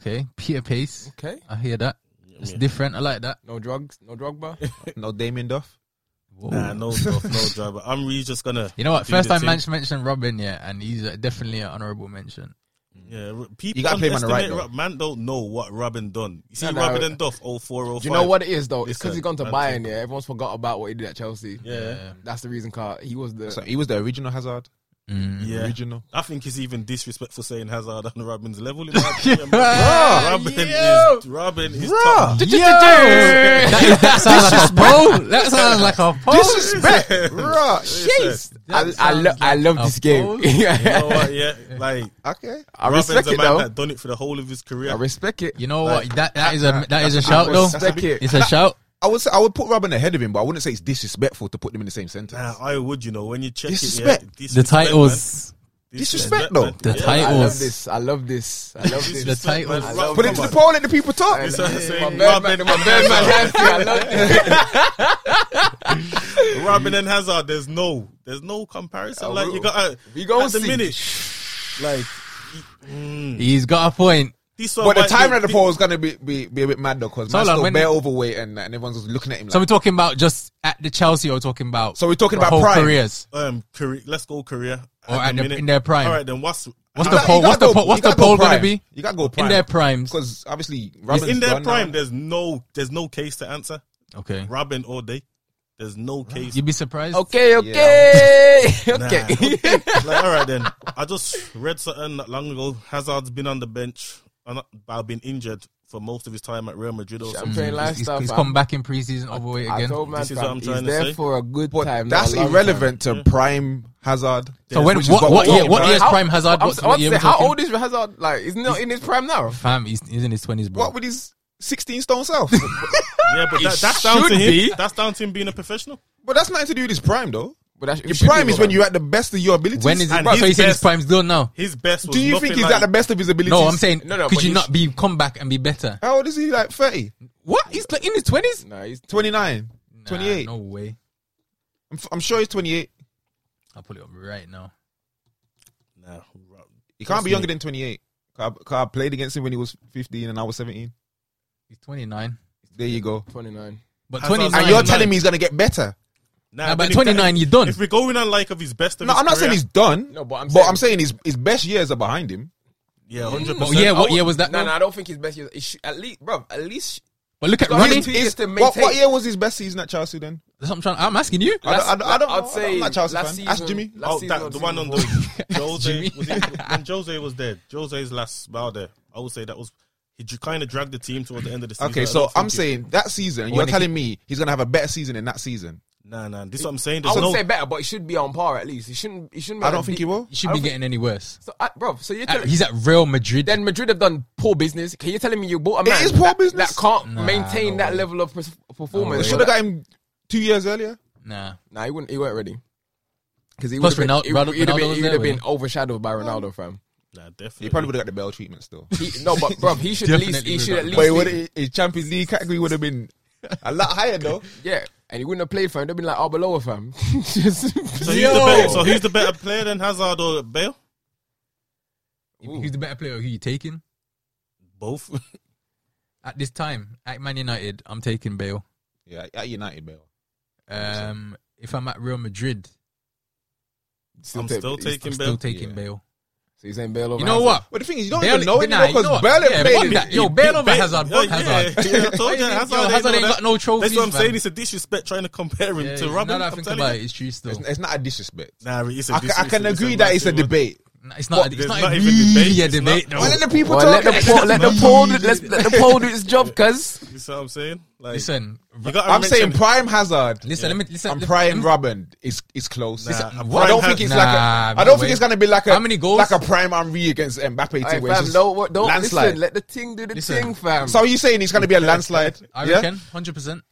S3: Okay. Peter Pace.
S1: Okay.
S3: I hear that.
S5: You know what
S3: It's
S5: I mean?
S3: different. I like that.
S1: No drugs. No drug bar.
S2: No Damien Duff.
S3: Whoa.
S5: Nah, no stuff, no driver. Omri's just gonna.
S3: You know what?
S5: do
S3: First
S5: the
S3: time
S5: thing.
S3: Manch mentioned Robin, yeah, and he's uh, definitely an honourable mention.
S5: Yeah, r- people
S2: gotta play him on the right,
S5: underestimate
S2: though.
S5: Rob- Man don't know what Robin done. You see,
S1: Nah, nah,
S5: Robin
S1: I-
S5: and Duff, 04, 05.
S1: Do you know what it is though? It's
S5: Listen,
S1: because he's gone to
S5: man,
S1: Bayern. Yeah, everyone's forgot about what he did at Chelsea.
S5: Yeah.
S3: Um,
S1: That's the reason. Car. He was the.
S2: So he was the original Hazard.
S3: Mm.
S5: Yeah.
S2: Original.
S5: I think it's even disrespectful saying Hazard on Robin's level. in my opinion, man. Robin is Robin is top.
S3: Yo! that, is, that sounds like a pole. That sounds like a pole.
S1: Disrespect.
S2: Oh, Bruh.
S1: Jeez. I, I, lo-
S3: sounds
S1: I love
S3: like
S1: this
S3: a
S1: game.
S3: pose.
S5: You know
S1: Yeah.
S5: what? Yeah, like
S2: Okay.
S1: I
S5: Robin's
S1: respect
S5: a
S1: it
S5: man
S1: though.
S5: that done it for the whole of his career.
S1: I respect it.
S3: You know what? That that is a that is a shout though.
S1: Respect it.
S3: It's a shout.
S2: I would say, I would put Robin ahead of him, but I wouldn't say it's disrespectful to put them in the same sentence.
S5: Nah, I would, you know, when you check
S2: Disrespect.
S5: it, yeah,
S3: The
S5: disrespect,
S3: titles.
S5: man.
S2: Disrespect, though.
S5: man.
S3: The
S5: Yeah.
S1: I love
S3: titles.
S1: this. I love this. I love
S5: This
S1: this.
S3: The
S5: is fake, man.
S3: titles.
S5: Rob-
S2: Put it to the poll, let the people talk.
S1: I
S5: It's
S1: love
S5: a-
S1: this.
S5: it's
S1: My
S5: a
S1: bad man,
S5: Robin-
S1: my bad man, Nancy, I love this.
S5: Robin and Hazard, there's no, there's no comparison.
S1: Oh,
S5: like
S1: we-
S5: you got uh,
S1: we gonna
S5: at the
S1: see.
S5: minute, like mm,
S3: He's got a point.
S5: this one.
S2: But the
S5: might
S2: timing
S5: be-
S2: of the poll is going to be, be, be a bit mad, though, because
S3: So
S2: man's
S3: long,
S2: still
S3: when-
S2: bare overweight and, and everyone's just looking at him like,
S3: So we're talking about just at the Chelsea. Or we're talking about
S2: So we're talking
S3: our
S2: about
S3: whole
S2: prime.
S3: careers.
S5: Um, Korea, let's go Korea.
S3: Or at the- in their prime.
S5: All right, then what's
S3: What's
S5: I'm
S3: the
S5: not-
S3: poll?
S2: You gotta
S3: What's the
S2: go-
S3: poll? What's
S2: you gotta
S3: the
S2: go
S3: poll going to
S2: prime.
S3: be?
S2: You got to go prime.
S3: In their primes.
S2: Because obviously, Robin's
S5: in their
S2: gone now.
S5: prime? There's no, there's no case to answer.
S3: Okay.
S5: Robin all day. There's no case.
S3: You'd be surprised.
S1: Okay, okay,
S5: Nah.
S1: okay.
S5: like, all right then. I just read something not long ago. Hazard's been on the bench, and I've been injured for most of his time at Real Madrid. Or
S1: Champagne
S5: something.
S3: He's, he's,
S1: lifestyle.
S3: he's
S1: fam.
S3: come back in preseason overweight
S1: I
S3: again.
S1: told man,
S5: This is
S1: fam,
S5: what I'm trying
S1: he's
S5: to
S1: there
S5: say.
S1: for a good
S2: But
S1: time. not
S2: that's
S1: a long
S2: irrelevant to prime Hazard.
S3: So when
S2: Which
S3: what what,
S2: is we're
S3: what, year,
S2: talking
S3: what
S2: about.
S3: year's prime Hazard?
S1: Oh, I'm,
S3: What,
S1: I
S3: what
S1: want to
S3: year
S1: say,
S3: we're
S1: how
S3: talking?
S1: old is Hazard? Like, he's not in his prime now.
S3: Fam, he's, he's in his twenties, bro.
S2: What with his 16 stone self?
S5: Yeah, but that, that's down to
S1: should
S5: him.
S1: be.
S5: That's down to him being a professional.
S2: but that's nothing to do with his prime, though.
S1: But that's,
S2: Your prime is when you're at the best of your abilities.
S3: When is it?
S5: And
S3: Bro, so
S5: his
S3: you saying his
S5: best-
S3: prime's done now?
S5: His best was
S2: Do you
S5: nothing
S2: think he's
S5: like,
S2: at the best of his abilities?
S3: No, I'm saying
S1: No, no,
S3: could
S1: but
S3: you
S1: he's-
S3: not be come back and be better?
S2: How old is he? Like 30,
S3: What? He's like in his twenties.
S1: Nah, he's
S2: 29, 28.
S3: No way.
S2: I'm, f- I'm sure he's 28.
S3: I'll pull it up right now.
S5: Nah, right.
S2: He can't
S5: Trust
S2: be younger
S5: me.
S2: than 28. 'Cause I, 'cause I played against him when he was 15 and I was 17.
S3: He's twenty nine.
S2: There you go.
S1: 29.
S3: But
S5: Hazard's
S3: twenty
S5: like
S2: And
S3: nine.
S2: you're
S5: nine.
S2: telling me he's going to get better.
S5: Nah,
S3: Nah,
S5: but
S3: but
S5: if
S3: twenty nine,
S5: that-
S3: you're done.
S5: If we're going on like of his best, of
S2: No,
S5: his
S2: I'm not saying
S5: career-
S2: he's done.
S1: No, but I'm
S2: But
S1: saying-
S2: I'm saying his, his best years are behind him.
S5: yeah, hundred
S3: But
S5: percent.
S3: Oh, yeah, what
S1: I
S3: year
S1: would-
S3: was that?
S1: No,
S3: though?
S1: no, I don't think his best year. It should, at least, bro, at least
S3: But look at
S1: He's got
S3: running.
S1: his team.
S3: That's
S1: Is to
S2: what,
S1: maintain-
S2: what year was his best season at Chelsea then?
S3: what I'm trying. I'm asking you.
S2: I don't, I don't, I don't
S1: I'd
S2: know.
S1: say
S2: I'm not Chelsea fan.
S1: last
S2: Ask
S1: season-
S2: Jimmy.
S1: last
S5: Oh,
S1: season
S5: that,
S1: or
S5: the one on
S1: season
S5: the Jose
S3: Jimmy.
S5: was it, when Jose was there. Jose's last spell there. I would say that was he kind of dragged the team towards the end of the season. I
S2: Okay,
S5: don't
S2: so I'm
S5: think it-
S2: saying that season,
S3: When
S2: you're
S3: he-
S2: telling me he's going to have a better season in that season.
S5: nah, nah. This is what I'm saying.
S1: I
S5: There's
S1: would
S5: no
S1: say better, but it should be on par at least. It shouldn't. It shouldn't. be
S2: I
S1: at a
S2: don't think
S1: deep-
S2: he will.
S3: It should
S1: I
S3: be
S1: don't
S3: getting any worse.
S1: So, uh, bro, so you're
S3: At-
S1: telling
S3: He's at Real Madrid.
S1: then Madrid have done poor business. Can you telling me you bought a man
S2: is poor
S1: that,
S2: business.
S1: that can't
S3: Nah, no
S1: maintain that
S3: way.
S1: level of pers-
S3: way.
S1: performance?
S2: They should have got him two years earlier.
S3: Nah.
S1: nah, he wouldn't. He weren't ready. Because he
S3: Plus
S1: would have
S3: Ronaldo-
S1: been, he, he'd
S3: Ronaldo
S1: have been,
S3: was
S1: he'd
S3: there,
S1: have been overshadowed by Ronaldo, fam.
S5: nah,
S2: He
S5: definitely.
S2: probably would have got the Bell treatment still.
S1: He, no, but bro, he should at least.
S3: Definitely
S1: He should at
S3: Ronaldo.
S1: least.
S2: But
S1: be-
S2: would his Champions League category would have been a lot higher though.
S1: yeah, and he wouldn't have played for him. They'd been like, oh, below fam. Just,
S5: So who's, the better, so who's the better player than Hazard or Bale?
S3: Who's the better player? Who you taking
S5: Both.
S3: at this time at Man United? I'm taking Bale.
S2: Yeah, at United Bell.
S3: Um, if I'm at Real Madrid,
S5: I'm
S1: take-
S5: still
S1: he's-
S5: taking
S3: still
S5: Bale.
S3: taking
S2: Yeah.
S3: Bale.
S1: So he's saying Bale over
S3: You know
S1: Hazard.
S3: what?
S2: But the thing is, you don't
S3: Bale-
S2: even know it
S3: nah, you
S2: because
S3: know what?
S2: Bale
S3: Yeah,
S2: played
S3: fuck
S2: in-
S3: that.
S2: he
S3: Yo,
S2: beat
S3: Bale over
S5: Bale-
S3: Hazard.
S5: Yeah,
S3: Fuck Hazard.
S5: yeah, yeah, I told you,
S3: Yo,
S5: Hazard ain't
S3: Hazard
S5: got
S3: ain't
S5: that-
S3: got no trophies.
S5: That's what I'm
S3: man.
S5: saying. It's a disrespect trying to compare him
S3: Yeah,
S5: to
S3: now
S5: Robin.
S3: that I
S5: I'm
S3: think
S5: telling
S3: about
S5: you.
S3: it, it's true still.
S2: It's not a disrespect.
S5: Nah, it's a
S2: I, ca- I
S5: disrespect.
S2: can agree that it's a
S5: massive one.
S2: debate.
S3: Nah, It's not.
S5: What?
S3: It's
S5: There's
S3: not
S5: not
S3: even
S5: even debate.
S3: really a
S5: It's not-
S3: debate. though.
S2: Why let the people
S1: Well, let
S2: talk?
S1: the poll, let the poll, do- let's let the poll do its job, cuz.
S5: You see what I'm saying? Like,
S3: Listen,
S5: you gotta
S2: I'm
S5: mention
S2: saying
S5: it.
S2: prime Hazard.
S3: listen. Let me listen.
S2: I'm
S3: let-
S2: prime
S3: let me-
S2: Robin is is close.
S5: Nah,
S2: It's-
S5: a
S2: I
S5: prime
S2: don't
S5: Haz-
S2: think it's
S3: Nah,
S2: like a, I don't
S3: no
S2: think it's
S3: way.
S2: gonna be like a
S3: How many goals?
S2: like a prime Henri against Mbappe.
S1: All right,
S2: where it's
S1: fam,
S2: just
S1: no, what- don't
S2: landslide.
S1: listen. Let the ting do the
S3: Listen.
S1: ting, fam.
S2: So are you saying it's gonna be a landslide?
S3: I
S2: yeah?
S3: reckon hundred percent.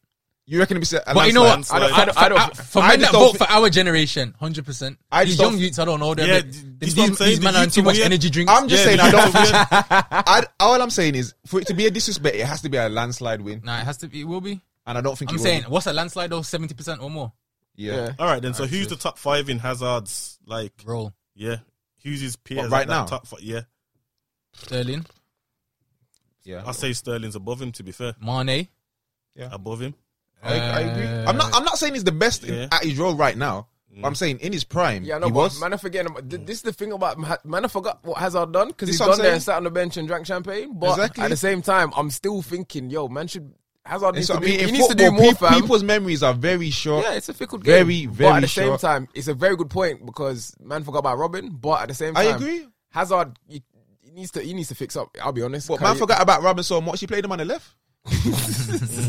S2: You reckon it's a
S3: But you know
S2: landslide?
S3: what?
S5: I don't- I don't-
S1: I don't-
S3: For, for
S2: I
S3: men
S2: just
S3: that vote
S2: don't
S3: for our generation, hundred percent.
S2: I
S3: These
S2: just don't
S3: young
S2: thi-
S3: youths, I don't know them.
S5: Yeah,
S3: They-
S5: th-
S3: these
S5: this what I'm
S3: these,
S5: saying,
S3: men
S5: the
S3: are on
S5: youths
S3: too
S5: are
S3: much
S5: weird.
S3: energy drinks.
S2: I'm just
S5: Yeah,
S2: saying I
S5: the
S2: don't.
S5: youth are
S2: I, all I'm saying is for it to be a disrespect, it has to be a landslide win,
S3: nah, it has to. Be, it will be.
S2: and I don't think
S3: I'm
S2: it will
S3: saying,
S2: be.
S3: what's a landslide though? Seventy percent or more.
S2: yeah.
S1: Yeah.
S5: All right, then. So who's the top five in Hazard's like?
S3: Roll
S5: Yeah, who's his peers
S2: right
S5: at that
S2: now?
S5: Top five? Yeah,
S3: Sterling,
S2: yeah.
S5: I say Sterling's above him. To be fair,
S3: Mane.
S5: above him.
S2: I, I agree.
S3: Uh,
S2: I'm not. I'm not saying he's the best in,
S5: Yeah.
S2: at his role right now. But I'm saying in his prime,
S1: Mm. Yeah, no,
S2: he
S1: but
S2: was.
S1: man, I forget. about- th- This is the thing about Ma- man. I forgot what Hazard done because
S2: This
S1: he's
S2: what I'm
S1: gone there and
S2: saying.
S1: sat on the bench and drank champagne. But
S2: Exactly.
S1: at the same time, I'm still thinking, yo, man, should Hazard needs
S2: It's
S1: to,
S2: what I mean,
S1: do,
S2: in
S1: he needs to do
S2: football,
S1: more,
S2: peop-
S1: fam.
S2: people's memories are very short.
S1: yeah, it's a fickle game.
S2: Very,
S1: but at
S2: very
S1: the same
S2: short.
S1: time, it's a very good point because man forgot about Robin. But at the same
S2: I
S1: time,
S2: agree.
S1: Hazard he, he needs to he needs to fix up. I'll be honest.
S2: But
S1: Can
S2: man
S1: you-
S2: forgot about Robin so much. He played him on the left.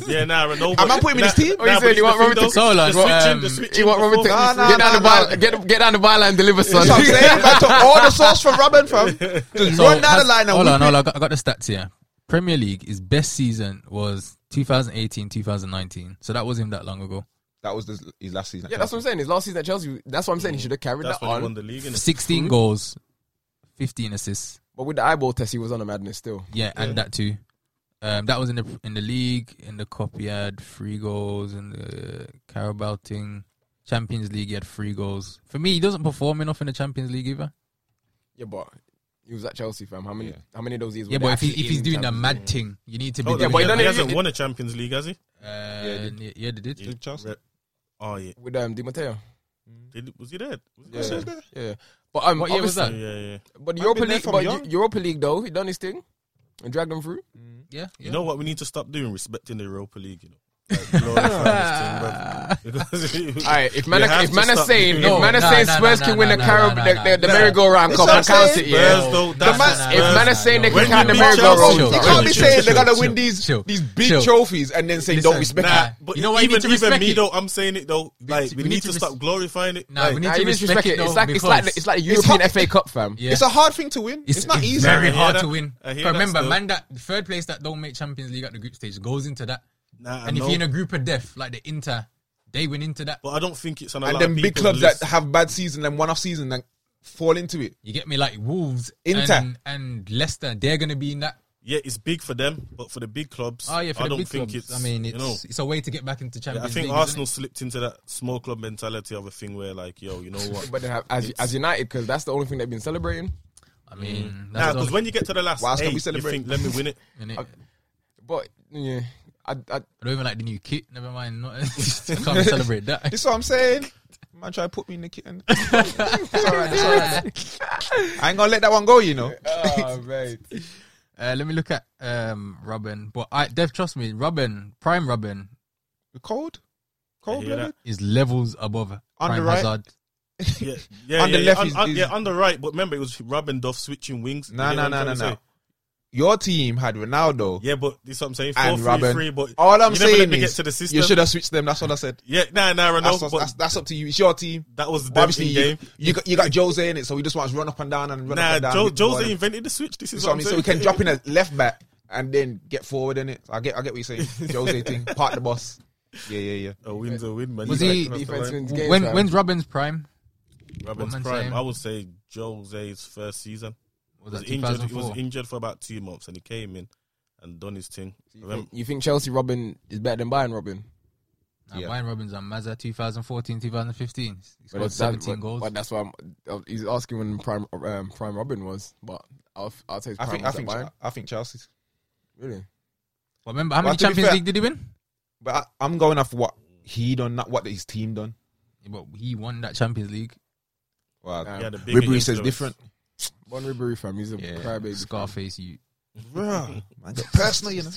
S5: Yeah, nah, Ronaldo.
S2: Am I putting him in his team?
S1: Oh, you said you want Robin to-
S3: So, like,
S5: the switching,
S3: um,
S5: the
S1: You
S5: switching.
S1: want Robin to
S5: before-
S2: Nah, nah,
S1: get, down
S2: nah,
S1: the byline,
S2: nah.
S1: get, get down the byline and deliver, son.
S2: That's what I'm saying. Man took all the sauce from Robin, fam. Just
S3: So,
S2: run down the
S3: has-
S2: line and
S3: hold
S2: whip
S3: on,
S2: it.
S3: hold on. I got, I got the stats here. Premier League, his best season was 2018, 2019. So that wasn't that long ago.
S2: That was the, his last season.
S1: Yeah, that's what I'm saying. His last season at Chelsea, that's what I'm saying. He should have carried
S5: That's
S1: that
S5: when he won
S1: on.
S5: the league. innit?
S3: 16 goals, 15 assists.
S1: But with the eyeball test, he was on a madness still.
S3: Yeah, and that too. Um, that was in the in the league, in the cup he had three goals, in the Carabao thing, Champions League he had three goals. For me, he doesn't perform enough in the Champions League either.
S1: Yeah, but he was at Chelsea, fam. How many?
S2: Yeah.
S1: How many of those years?
S3: Yeah,
S1: were they
S3: but if, he,
S1: actually
S3: if he's
S1: in
S3: doing the
S1: Champions
S3: mad thing, you need to be.
S1: Yeah,
S5: Oh,
S3: doing
S1: but
S5: yeah, but
S1: he
S3: it.
S1: done
S5: he
S1: it-
S5: hasn't
S1: it-
S5: won a Champions League, has he?
S3: Uh, yeah, yeah, they did.
S2: Chelsea.
S5: Re- Oh yeah,
S1: League? with um, Di Matteo.
S5: Did, was he there? Was he
S1: Yeah,
S5: there?
S1: yeah. yeah. But um,
S3: What year was
S1: obviously-
S5: Yeah,
S3: that?
S5: yeah, yeah.
S1: But
S2: Might
S1: Europa
S2: been there
S1: League,
S2: from
S1: but
S2: young.
S1: Eu- Europa League though, he done his thing and dragged them through.
S3: Yeah, yeah.
S5: You know what? We need to stop doing respecting the Europa League. You know. Like, glorifying this team, bruv. Because-
S1: All right, if
S5: You
S1: man,
S5: have
S1: if
S5: to
S1: man is
S5: stop
S1: saying,
S5: doing
S3: No,
S1: if man is
S3: nah,
S1: saying
S3: nah,
S1: Spurs
S3: nah,
S1: can
S3: nah,
S1: win the
S3: nah,
S1: Carib-
S3: nah,
S1: the,
S3: nah,
S1: the, the
S3: nah.
S1: merry-go-round
S2: That's
S1: cup,
S2: what
S1: I
S2: I'm
S1: count
S2: saying.
S1: it. Yeah,
S5: Spurs, though, that's
S2: man-
S1: if
S5: Spurs.
S1: man is saying they
S5: When
S1: can count the
S5: you beat Chelsea,
S1: merry-go-round,
S2: You
S3: Chill,
S2: can't be
S3: chill,
S2: saying
S3: chill,
S2: they're gonna
S3: chill,
S2: win
S3: chill,
S2: these
S3: chill,
S2: these big
S3: chill.
S2: trophies and then say
S3: Listen,
S2: don't respect.
S5: Nah,
S2: it.
S5: but
S3: You know what? You
S5: even,
S3: need to
S5: even
S3: respect
S5: me
S3: it.
S5: though, I'm saying it though. Like we,
S3: we
S5: need,
S3: need
S5: to,
S3: to
S5: stop
S3: res-
S5: glorifying it.
S3: Nah,
S5: like,
S3: we need
S1: Nah,
S3: to
S1: you
S3: respect,
S1: disrespect
S3: it.
S1: it.
S3: though,
S1: It's like it's like the-
S3: because
S1: it's like the
S2: It's
S1: European
S2: hot-
S1: FA Cup, fam.
S3: Yeah.
S2: It's a hard thing to win. It's, not easy.
S3: Very
S5: I hear
S3: hard to
S5: that.
S3: win.
S5: I
S3: But
S5: hear that
S3: remember,
S5: still.
S3: man, that third place that don't make Champions League at the group stage goes into that.
S5: Nah, I
S3: and if
S5: know.
S3: you're in a group of death, like the Inter, They went into that.
S5: But I don't think it's an.
S2: and then big clubs that have bad season and one off season and fall into it.
S3: You get me? Like Wolves
S2: Inter.
S3: and, and Leicester, they're going to be in that.
S5: yeah, it's big for them, but for the big clubs,
S3: Oh, yeah, for
S5: I
S3: the
S5: don't
S3: big
S5: think
S3: clubs.
S5: it's.
S3: I mean, it's,
S5: you know,
S3: it's a way to get back into
S5: I
S3: Champions
S5: think
S3: League.
S5: Arsenal slipped into that small club mentality of a thing where, like, yo, you know what?
S1: But they have as, as United because that's the only thing they've been celebrating.
S3: I mean,
S5: Mm. Nah,
S3: that's
S5: because when you get to the last
S2: Why else can
S5: eight,
S2: we
S5: you
S2: celebrate?
S5: think, let me win it.
S3: when, I
S1: But yeah, I, I,
S3: don't even like the new kit. Never mind. Not, can't even celebrate that.
S2: This is what I'm saying. Man, try to put me in the kitten. it's all right, it's all right. I ain't gonna let that one go, you know.
S1: oh, mate.
S3: Uh, let me look at um, Robin. But I, Dev, trust me, Robin, Prime Robin,
S2: Cold, cold
S5: hear
S2: blooded.
S5: that.
S3: is levels above Prime
S2: right.
S3: Hazard.
S5: Yeah, yeah,
S2: On
S5: yeah,
S2: the
S5: yeah,
S2: left
S5: on,
S2: is-
S5: on-
S2: is-
S5: yeah, on the right. But remember, it was Robin Duff switching wings. You
S2: Nah,
S5: get
S2: nah,
S5: what
S2: nah,
S5: I'm
S2: nah,
S5: trying to
S2: nah.
S5: say?
S2: Your team had Ronaldo
S5: Yeah, but this is what I'm saying. Four,
S2: and
S5: three,
S2: Robin.
S5: three. But
S2: all I'm
S5: you never let
S2: saying
S5: me
S2: is
S5: get to the system.
S2: you should have switched them. That's what I said.
S5: Yeah, nah, nah,
S2: That's,
S5: Ronaldo.
S2: what-
S5: But
S2: that's, that's up to you. It's your team.
S5: that was them
S2: Obviously,
S5: in game.
S2: you, you got you got Jose in it, so we just want to run up and down and run up
S5: Nah,
S2: and down.
S5: Jo-
S2: hit the ball.
S5: Jose invented the switch. This is
S2: So I
S5: what
S2: mean,
S5: I'm
S2: so we
S5: saying.
S2: can drop in a left back and then get forward in it. I get, I get what you're saying. Jose thing, part the boss. Yeah, yeah, yeah.
S5: A win's a win, man.
S3: Was
S5: You
S3: he-
S5: gotta keep up the
S1: Defense
S5: line.
S1: wins games,
S3: when
S1: fam.
S3: when's Robin's prime?
S5: Robin's
S3: Robin's
S5: prime.
S3: saying-
S5: I would say Jose's first season.
S3: Was
S5: He was
S3: that
S5: injured. He was
S3: 2004?
S5: injured for about two months, and he came in and done his thing.
S1: You
S5: Remember-
S1: think, you think Chelsea Robin is better than Bayern Robin?
S3: Nah,
S2: Yeah.
S3: Brian Robin's on Mazza 2014, 2015. He
S1: But
S3: scored
S1: that's-
S3: 17
S1: but-
S3: goals.
S1: But that's why I'm, uh, he's asking when prime um, prime Robin was. But I'll I'll say his
S2: I
S1: prime
S2: think, I
S1: was at
S2: think,
S1: Bayern.
S2: I think Chelsea.
S1: Really?
S3: But remember, how
S2: Well,
S3: many
S2: to be
S3: Champions
S2: fair-
S3: League did he win?
S2: But I, I'm going off what he done, not what his team done.
S3: Yeah, but he won that Champions League.
S2: Wow.
S1: Yeah.
S5: he had a big
S2: Ribery says
S5: influence.
S2: different.
S1: Bon Ribery fam, he's a
S2: Yeah.
S1: crybaby.
S3: Scarface, you.
S2: Bruh, man, got personal, you know.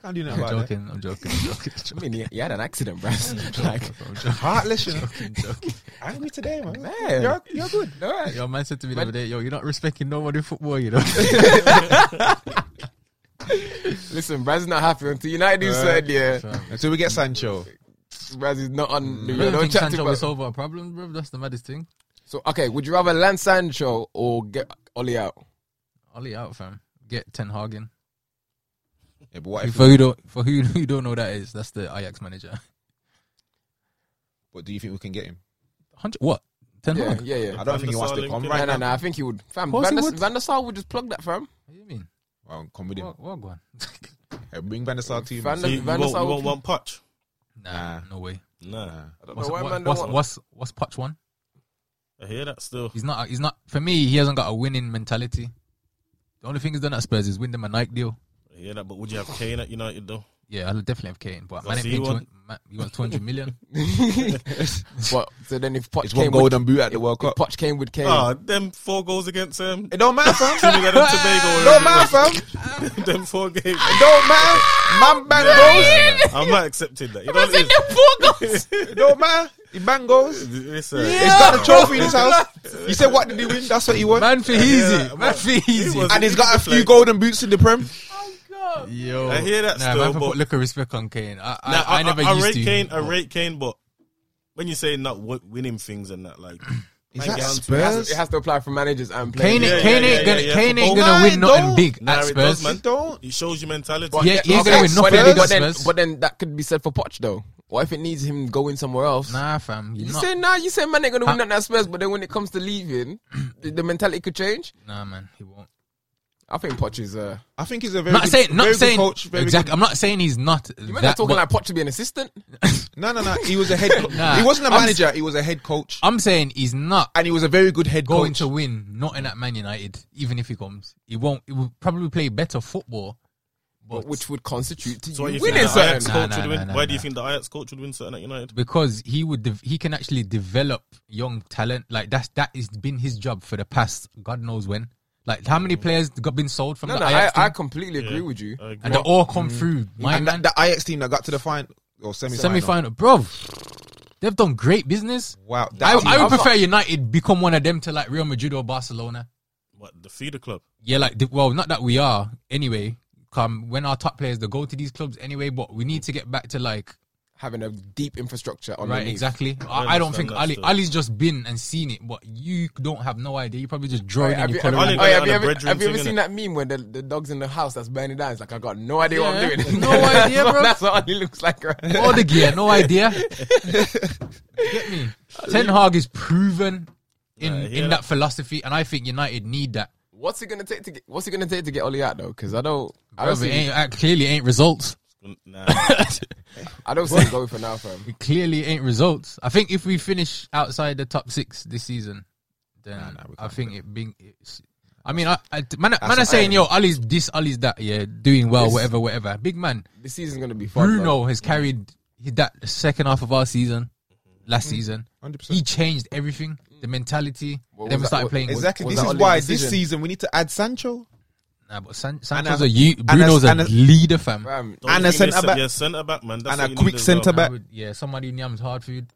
S2: Can't do nothing
S3: I'm
S2: about that.
S3: joking. I'm joking. I'm joking.
S1: I mean, he, he had an accident, bro. like,
S3: I'm joking.
S2: Heartless, you know. Angry today, man.
S1: man,
S2: You're, you're good.
S1: all right.
S3: Yo, man said to me the other day, yo, you're not respecting nobody in football, you know.
S1: Listen, Braz's not happy until United do
S2: Uh,
S1: certain. Yeah,
S3: Fam.
S2: Until we get Sancho.
S1: Braz is not on.
S3: You
S1: You
S3: don't
S1: know,
S3: think
S1: chat
S3: Mm. Sancho will
S1: about. So,
S3: solve our problem, bro? That's the maddest thing.
S1: okay, would you rather land Sancho or get Oli out?
S3: Ollie out, fam. Get Ten Hagen.
S2: Yeah, but what if?
S3: For who don't, for who who don't know that is, that's the Ajax manager.
S2: But do you think we can get him?
S3: Hundred what? Ten
S1: Yeah,
S3: Hag.
S1: yeah, yeah.
S2: I don't think he wants to
S5: Van der Sar
S2: come
S5: link
S1: No,
S2: right
S1: no,
S2: now.
S1: no. I think he would. Fam,
S3: course
S1: Van
S3: he
S1: der,
S3: would.
S1: Van der Sar would just plug that, fam.
S3: What do you mean?
S2: Well, come with him.
S3: What, what one?
S2: Yeah, bring Van der Sar to you.
S1: Van
S2: man.
S5: So you, you
S1: Van der
S5: won't,
S1: Sar
S5: you
S1: would-
S5: won't want Poch?
S3: Nah, no way.
S5: Nah.
S2: Nah.
S3: What's
S1: No, why
S3: what,
S1: man
S3: what's,
S1: don't
S3: what's what's Poch one?
S5: I hear that still.
S3: He's not. He's not. For me, he hasn't got a winning mentality. The only thing he's done at Spurs is win them a Nike deal.
S5: I hear that. But would you have Kane at United though?
S3: Yeah, I'll definitely have Kane, but
S5: So
S3: man,
S5: so
S3: ain't
S5: you
S3: paying
S5: want-
S3: 200 man, you want two hundred million?
S1: What? So then if Poch
S2: It's one
S1: came with
S2: golden boot at the World Cup.
S1: Poch came with Kane,
S3: Oh,
S5: Ah, them four goals against um,
S2: It don't matter, fam.
S5: Trinidad and Tobago.
S2: don't matter, fam.
S5: them four games.
S2: Don't matter. Man bang goals.
S5: I'm not accepting that. You know what it is?
S2: It don't matter. He bang goals.
S5: Listen,
S2: He's got a trophy in his house. He said, "What did he win? That's what he won."
S3: man for
S5: that,
S3: easy,
S5: man.
S3: man for easy.
S5: was-
S2: and he's got a few
S5: Like-
S2: golden boots in the prem.
S3: Yo,
S5: I hear that
S3: Nah,
S5: still,
S3: man, for
S5: but-
S3: put look of respect on Kane. I, I,
S5: Nah,
S3: I, never
S5: I,
S3: used
S5: rate
S3: to.
S5: Kane. I rate Kane, but when you say not w- winning things and that, like
S2: Is that
S5: Man, get on to
S1: it, has,
S2: Spurs?
S1: it has to apply for managers and players.
S3: Kane, ain't-
S5: yeah,
S3: Kane
S5: yeah,
S3: ain't gonna,
S5: yeah, yeah.
S3: Kane ain't
S2: But
S3: gonna
S2: why
S3: win nothing
S2: don't?
S3: big
S5: Nah,
S3: at
S5: it does,
S3: Spurs.
S5: man.
S2: Don't.
S5: it shows your mentality.
S3: Yeah, he ain't
S1: Okay,
S3: gonna win
S1: but,
S3: nothing
S1: then,
S3: big
S1: but,
S3: at
S1: then,
S3: Spurs.
S1: but then that could be said for Poch though. What if it needs him going somewhere else?
S3: Nah, fam, you're
S1: You
S3: not.
S1: say nah, you say man ain't gonna win
S3: Huh?
S1: nothing at Spurs, but then when it comes to leaving, the, the mentality could change.
S3: Nah, man, he won't.
S1: I think Poch is. Uh,
S2: I think he's a very
S3: Not
S2: good,
S3: saying,
S2: very
S3: not
S2: good
S3: saying.
S2: coach. Very
S3: exactly, I'm not saying he's not.
S1: you mean I'm
S3: That,
S1: talking
S3: but
S1: like Poch to be an assistant?
S2: Good. No, no, no. He was a head. Co-
S3: Nah.
S2: he wasn't a
S3: I'm-
S2: manager. He was a head coach,
S3: I'm saying he's not
S2: and he was a very good head
S3: going
S2: coach.
S3: to win nothing at Man United, even if he comes. He won't. He will probably play better football. But
S1: Which would constitute to
S5: So why do
S1: you
S5: you think
S1: winning
S5: the Ajax
S1: certain.
S3: Nah, nah,
S5: coach would
S3: nah,
S5: win?
S3: nah,
S5: Why do you
S3: nah.
S5: think the Ajax coach would win certain at United?
S3: because he would dev he can actually develop young talent like that's that is been his job for the past god knows when like how many players got been sold from
S1: No,
S3: the
S1: no, I,
S3: Ajax team?
S1: I completely agree with you.
S5: I agree.
S3: and they all come through my
S2: And that,
S3: man
S2: the Ajax team that got to the final or semi
S3: semi final
S2: final.
S3: bro they've done great business
S2: Wow, that
S3: I,
S2: team-
S3: I would
S1: I'm
S3: prefer United become one of them to like Real Madrid or Barcelona
S5: What the feeder club?
S3: yeah like the- well not that we are anyway come when our top players they go to these clubs anyway but we need to get back to like
S1: having a deep infrastructure on
S3: Right, exactly. I, I don't think
S5: that
S3: Ali
S5: still.
S3: Ali's just been and seen it, but you don't have no idea. You probably just drawing
S1: Have
S3: and
S1: you,
S3: you
S1: have, you-
S5: Only
S3: following.
S5: got
S1: oh,
S5: it
S1: yeah,
S5: on
S1: have you
S5: a
S1: ever,
S5: bread
S1: have you
S5: drink,
S1: ever
S5: innit?
S1: seen that meme when the, the dog's in the house that's burning down? It's like, I got no idea what
S3: Yeah,
S1: I'm doing.
S3: no idea, bro.
S1: that's what Ollie looks like. Right?
S3: All the gear, no idea. Get me. Ten Hag is proven in
S5: Nah, yeah.
S3: in that philosophy, and I think United need that.
S1: What's it gonna take to get? What's it gonna take to get Ollie out though? Because I don't, I don't
S3: Bro, it
S1: see,
S3: ain't, uh, clearly ain't results.
S5: Nah,
S1: I don't see him going for now, fam.
S3: It clearly ain't results. I think if we finish outside the top six this season, then
S2: Nah, nah, we
S3: I
S2: can't
S3: think it being. It's, I mean, I, I man, man
S2: a-
S3: are saying yo, Ali's this, Ali's that, yeah, doing well, whatever, whatever. Big man,
S1: This season's gonna be fun. bro.
S3: Bruno
S2: Mm-hmm.
S3: has carried he- that second half of our season,
S2: Mm-hmm.
S3: last season.
S2: 100%.
S3: He changed everything,
S2: Mm.
S3: the mentality.
S1: What
S3: Then we
S1: was that-
S3: started
S1: what-
S3: playing. good.
S2: Exactly.
S1: was
S2: This
S1: that
S2: is
S1: Ole's
S2: why
S1: decision?
S2: this season we need to add Sancho
S3: Nah, but San- Sancho's
S2: a-
S3: a you,
S2: a-
S3: Bruno's a
S2: and a-
S3: leader, fam.
S1: Fam,
S5: Don't
S2: And
S5: you
S2: a
S5: think
S2: centre
S5: there's-
S2: back.
S5: yeah, centre back man, That's
S2: and
S5: what
S2: a
S5: you
S2: quick
S5: need as well.
S2: centre
S3: I
S2: back.
S3: would, yeah, somebody who yams hard food.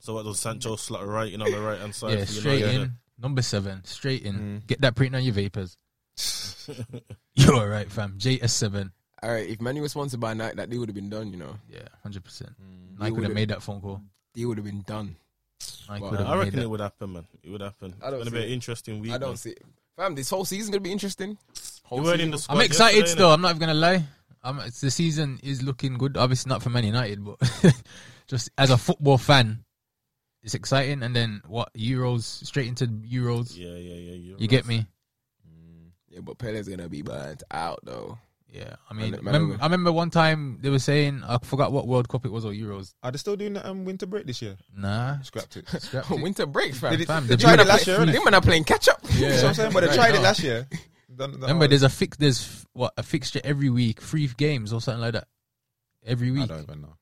S5: So what does Sancho slot right in on the right hand side?
S3: Yeah,
S5: for
S3: straight
S5: United?
S3: in. Number seven, straight in.
S5: Mm.
S3: Get that print on your vapors. You're all right, fam. JS7.
S1: all right, if Manu was sponsored by Nike, that deal would have been done. You know,
S3: Yeah,
S5: Mm.
S3: 100%.
S1: You
S3: Nike would have
S1: would've-
S3: made that phone call.
S1: deal would have been done.
S3: Nike
S1: Well,
S3: would
S5: I
S3: have made
S5: reckon it
S3: that.
S5: would happen, man. It would happen. It's
S1: I don't
S5: gonna be
S1: see
S5: an
S1: it.
S5: interesting week.
S1: I don't
S5: man.
S1: see, fam. This whole season's gonna be interesting. Whole
S5: You weren't in the
S1: season.
S5: squad
S3: I'm excited
S5: yesterday,
S3: still. I'm not even going to lie. I'm, it's, the season is looking good. Obviously, not for Man United, but just as a football fan, it's exciting. And then what? Euros, straight into Euros.
S5: innit? Yeah, yeah, yeah. you're
S3: you get
S5: right.
S3: me?
S1: yeah, but Pele's gonna be burnt out though.
S3: Yeah, I mean,
S1: Man- Man
S3: remem-
S1: United.
S3: I remember one time they were saying I forgot what World Cup it was or Euros.
S2: Are they still doing that um, winter break this year?
S3: Nah,
S2: Scrapped it.
S3: scrapped it.
S1: Winter break, fam.
S2: Did it-
S3: Fam,
S2: they
S3: the
S2: tried it
S3: Euros-
S2: last year, innit?
S1: Them man are playing catch up.
S3: Yeah.
S2: That's what I'm saying, but they
S3: Right
S2: tried
S3: now.
S2: it last year. Done- done
S3: Remember,
S2: all-
S3: there's a fix. There's f- what a fixture every week, three games or something like that. Every
S2: I
S3: week,
S2: don't even know.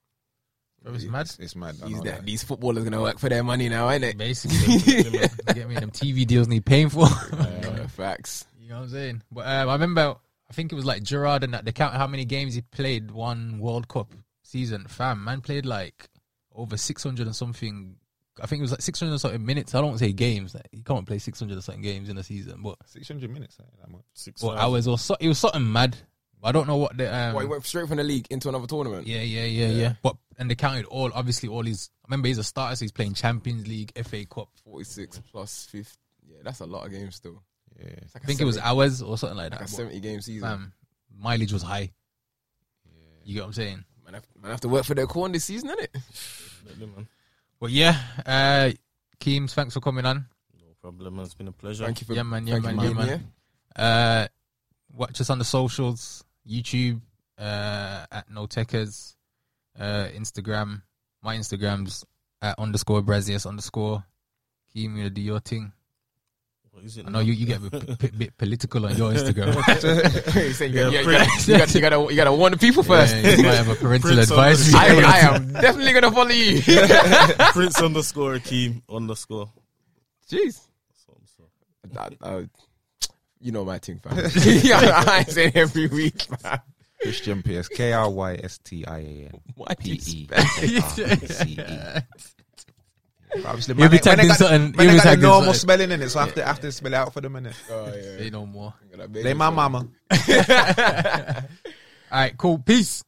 S3: Bro, it's mad.
S2: It's, it's mad. I
S1: These,
S2: know
S1: that,
S2: that.
S1: these footballers gonna work for their money now, ain't it?
S3: Basically, you get me. Them TV deals need paying for.
S1: Uh, facts.
S3: you know what I'm saying? But um, I remember, I think it was like Gerard and that. They count how many games he played one World Cup season. Fam, man played like over 600 and something. I think it was like 600 and something minutes. I don't say games. Like, you can't play 600 and something games in a season, but
S2: 600 minutes. ain't That much.
S5: Six
S3: or
S5: hours.
S3: hours or so. It was something mad. I don't know what the. Um,
S1: Well, he went straight from the league into another tournament.
S3: Yeah, yeah, yeah, yeah. But and they counted all. Obviously, all his. I remember he's a starter, so he's playing Champions League, FA Cup.
S1: Forty six plus fifth. Yeah, that's a lot of games still.
S2: Yeah.
S1: It's like
S3: I
S1: a
S3: think it was
S1: 70
S3: hours or something like
S1: like a
S3: that.
S1: seventy game season.
S3: But, um, mileage was high. You get what I'm saying?
S1: Man, have, man have to work for their corn this season, innit?
S5: Definitely, man.
S3: But yeah, uh, Keems, thanks for coming on.
S5: No problem, man. It's been a pleasure.
S1: Thank you for
S3: Yeah, man, yeah,
S1: thank
S3: man,
S1: you for
S3: yeah,
S1: being
S3: man.
S1: here.
S3: Uh, watch us on the socials, YouTube uh, at No Techers, uh, Instagram. My Instagram's at underscore Brazius underscore. Keem, you do your thing.
S5: What is it
S3: I know you, you get a bit, bit, bit political on your Instagram.
S1: you, said you, got-
S5: Yeah,
S1: you, got- you, got- you gotta you gotta warn the people first.
S3: Yeah, you might have a parental
S5: Prince
S3: advisory.
S5: of
S1: I, am- I am definitely gonna follow you.
S5: now? Prince underscore Akeem underscore.
S1: Jeez.
S5: So, so.
S1: I, I- you know my thing, fam. yeah, I say it every week, fam.
S2: Christian Pierce. K R Y S T I A N.
S1: Why do you
S2: P E.
S1: spell-
S2: Obviously,
S3: He'll
S2: man,
S3: be
S2: I- when
S3: tagged
S2: I
S3: in
S2: got,
S3: something, he'll
S2: when I
S3: be
S2: got a
S3: tagged in
S2: normal
S3: something.
S2: spelling in it, so I have to, I have to spell it out for the minute.
S1: Oh, yeah.
S3: Say no more.
S1: Got that
S2: Play
S1: baby
S2: my
S1: face.
S2: mama.
S3: All right, cool. Peace.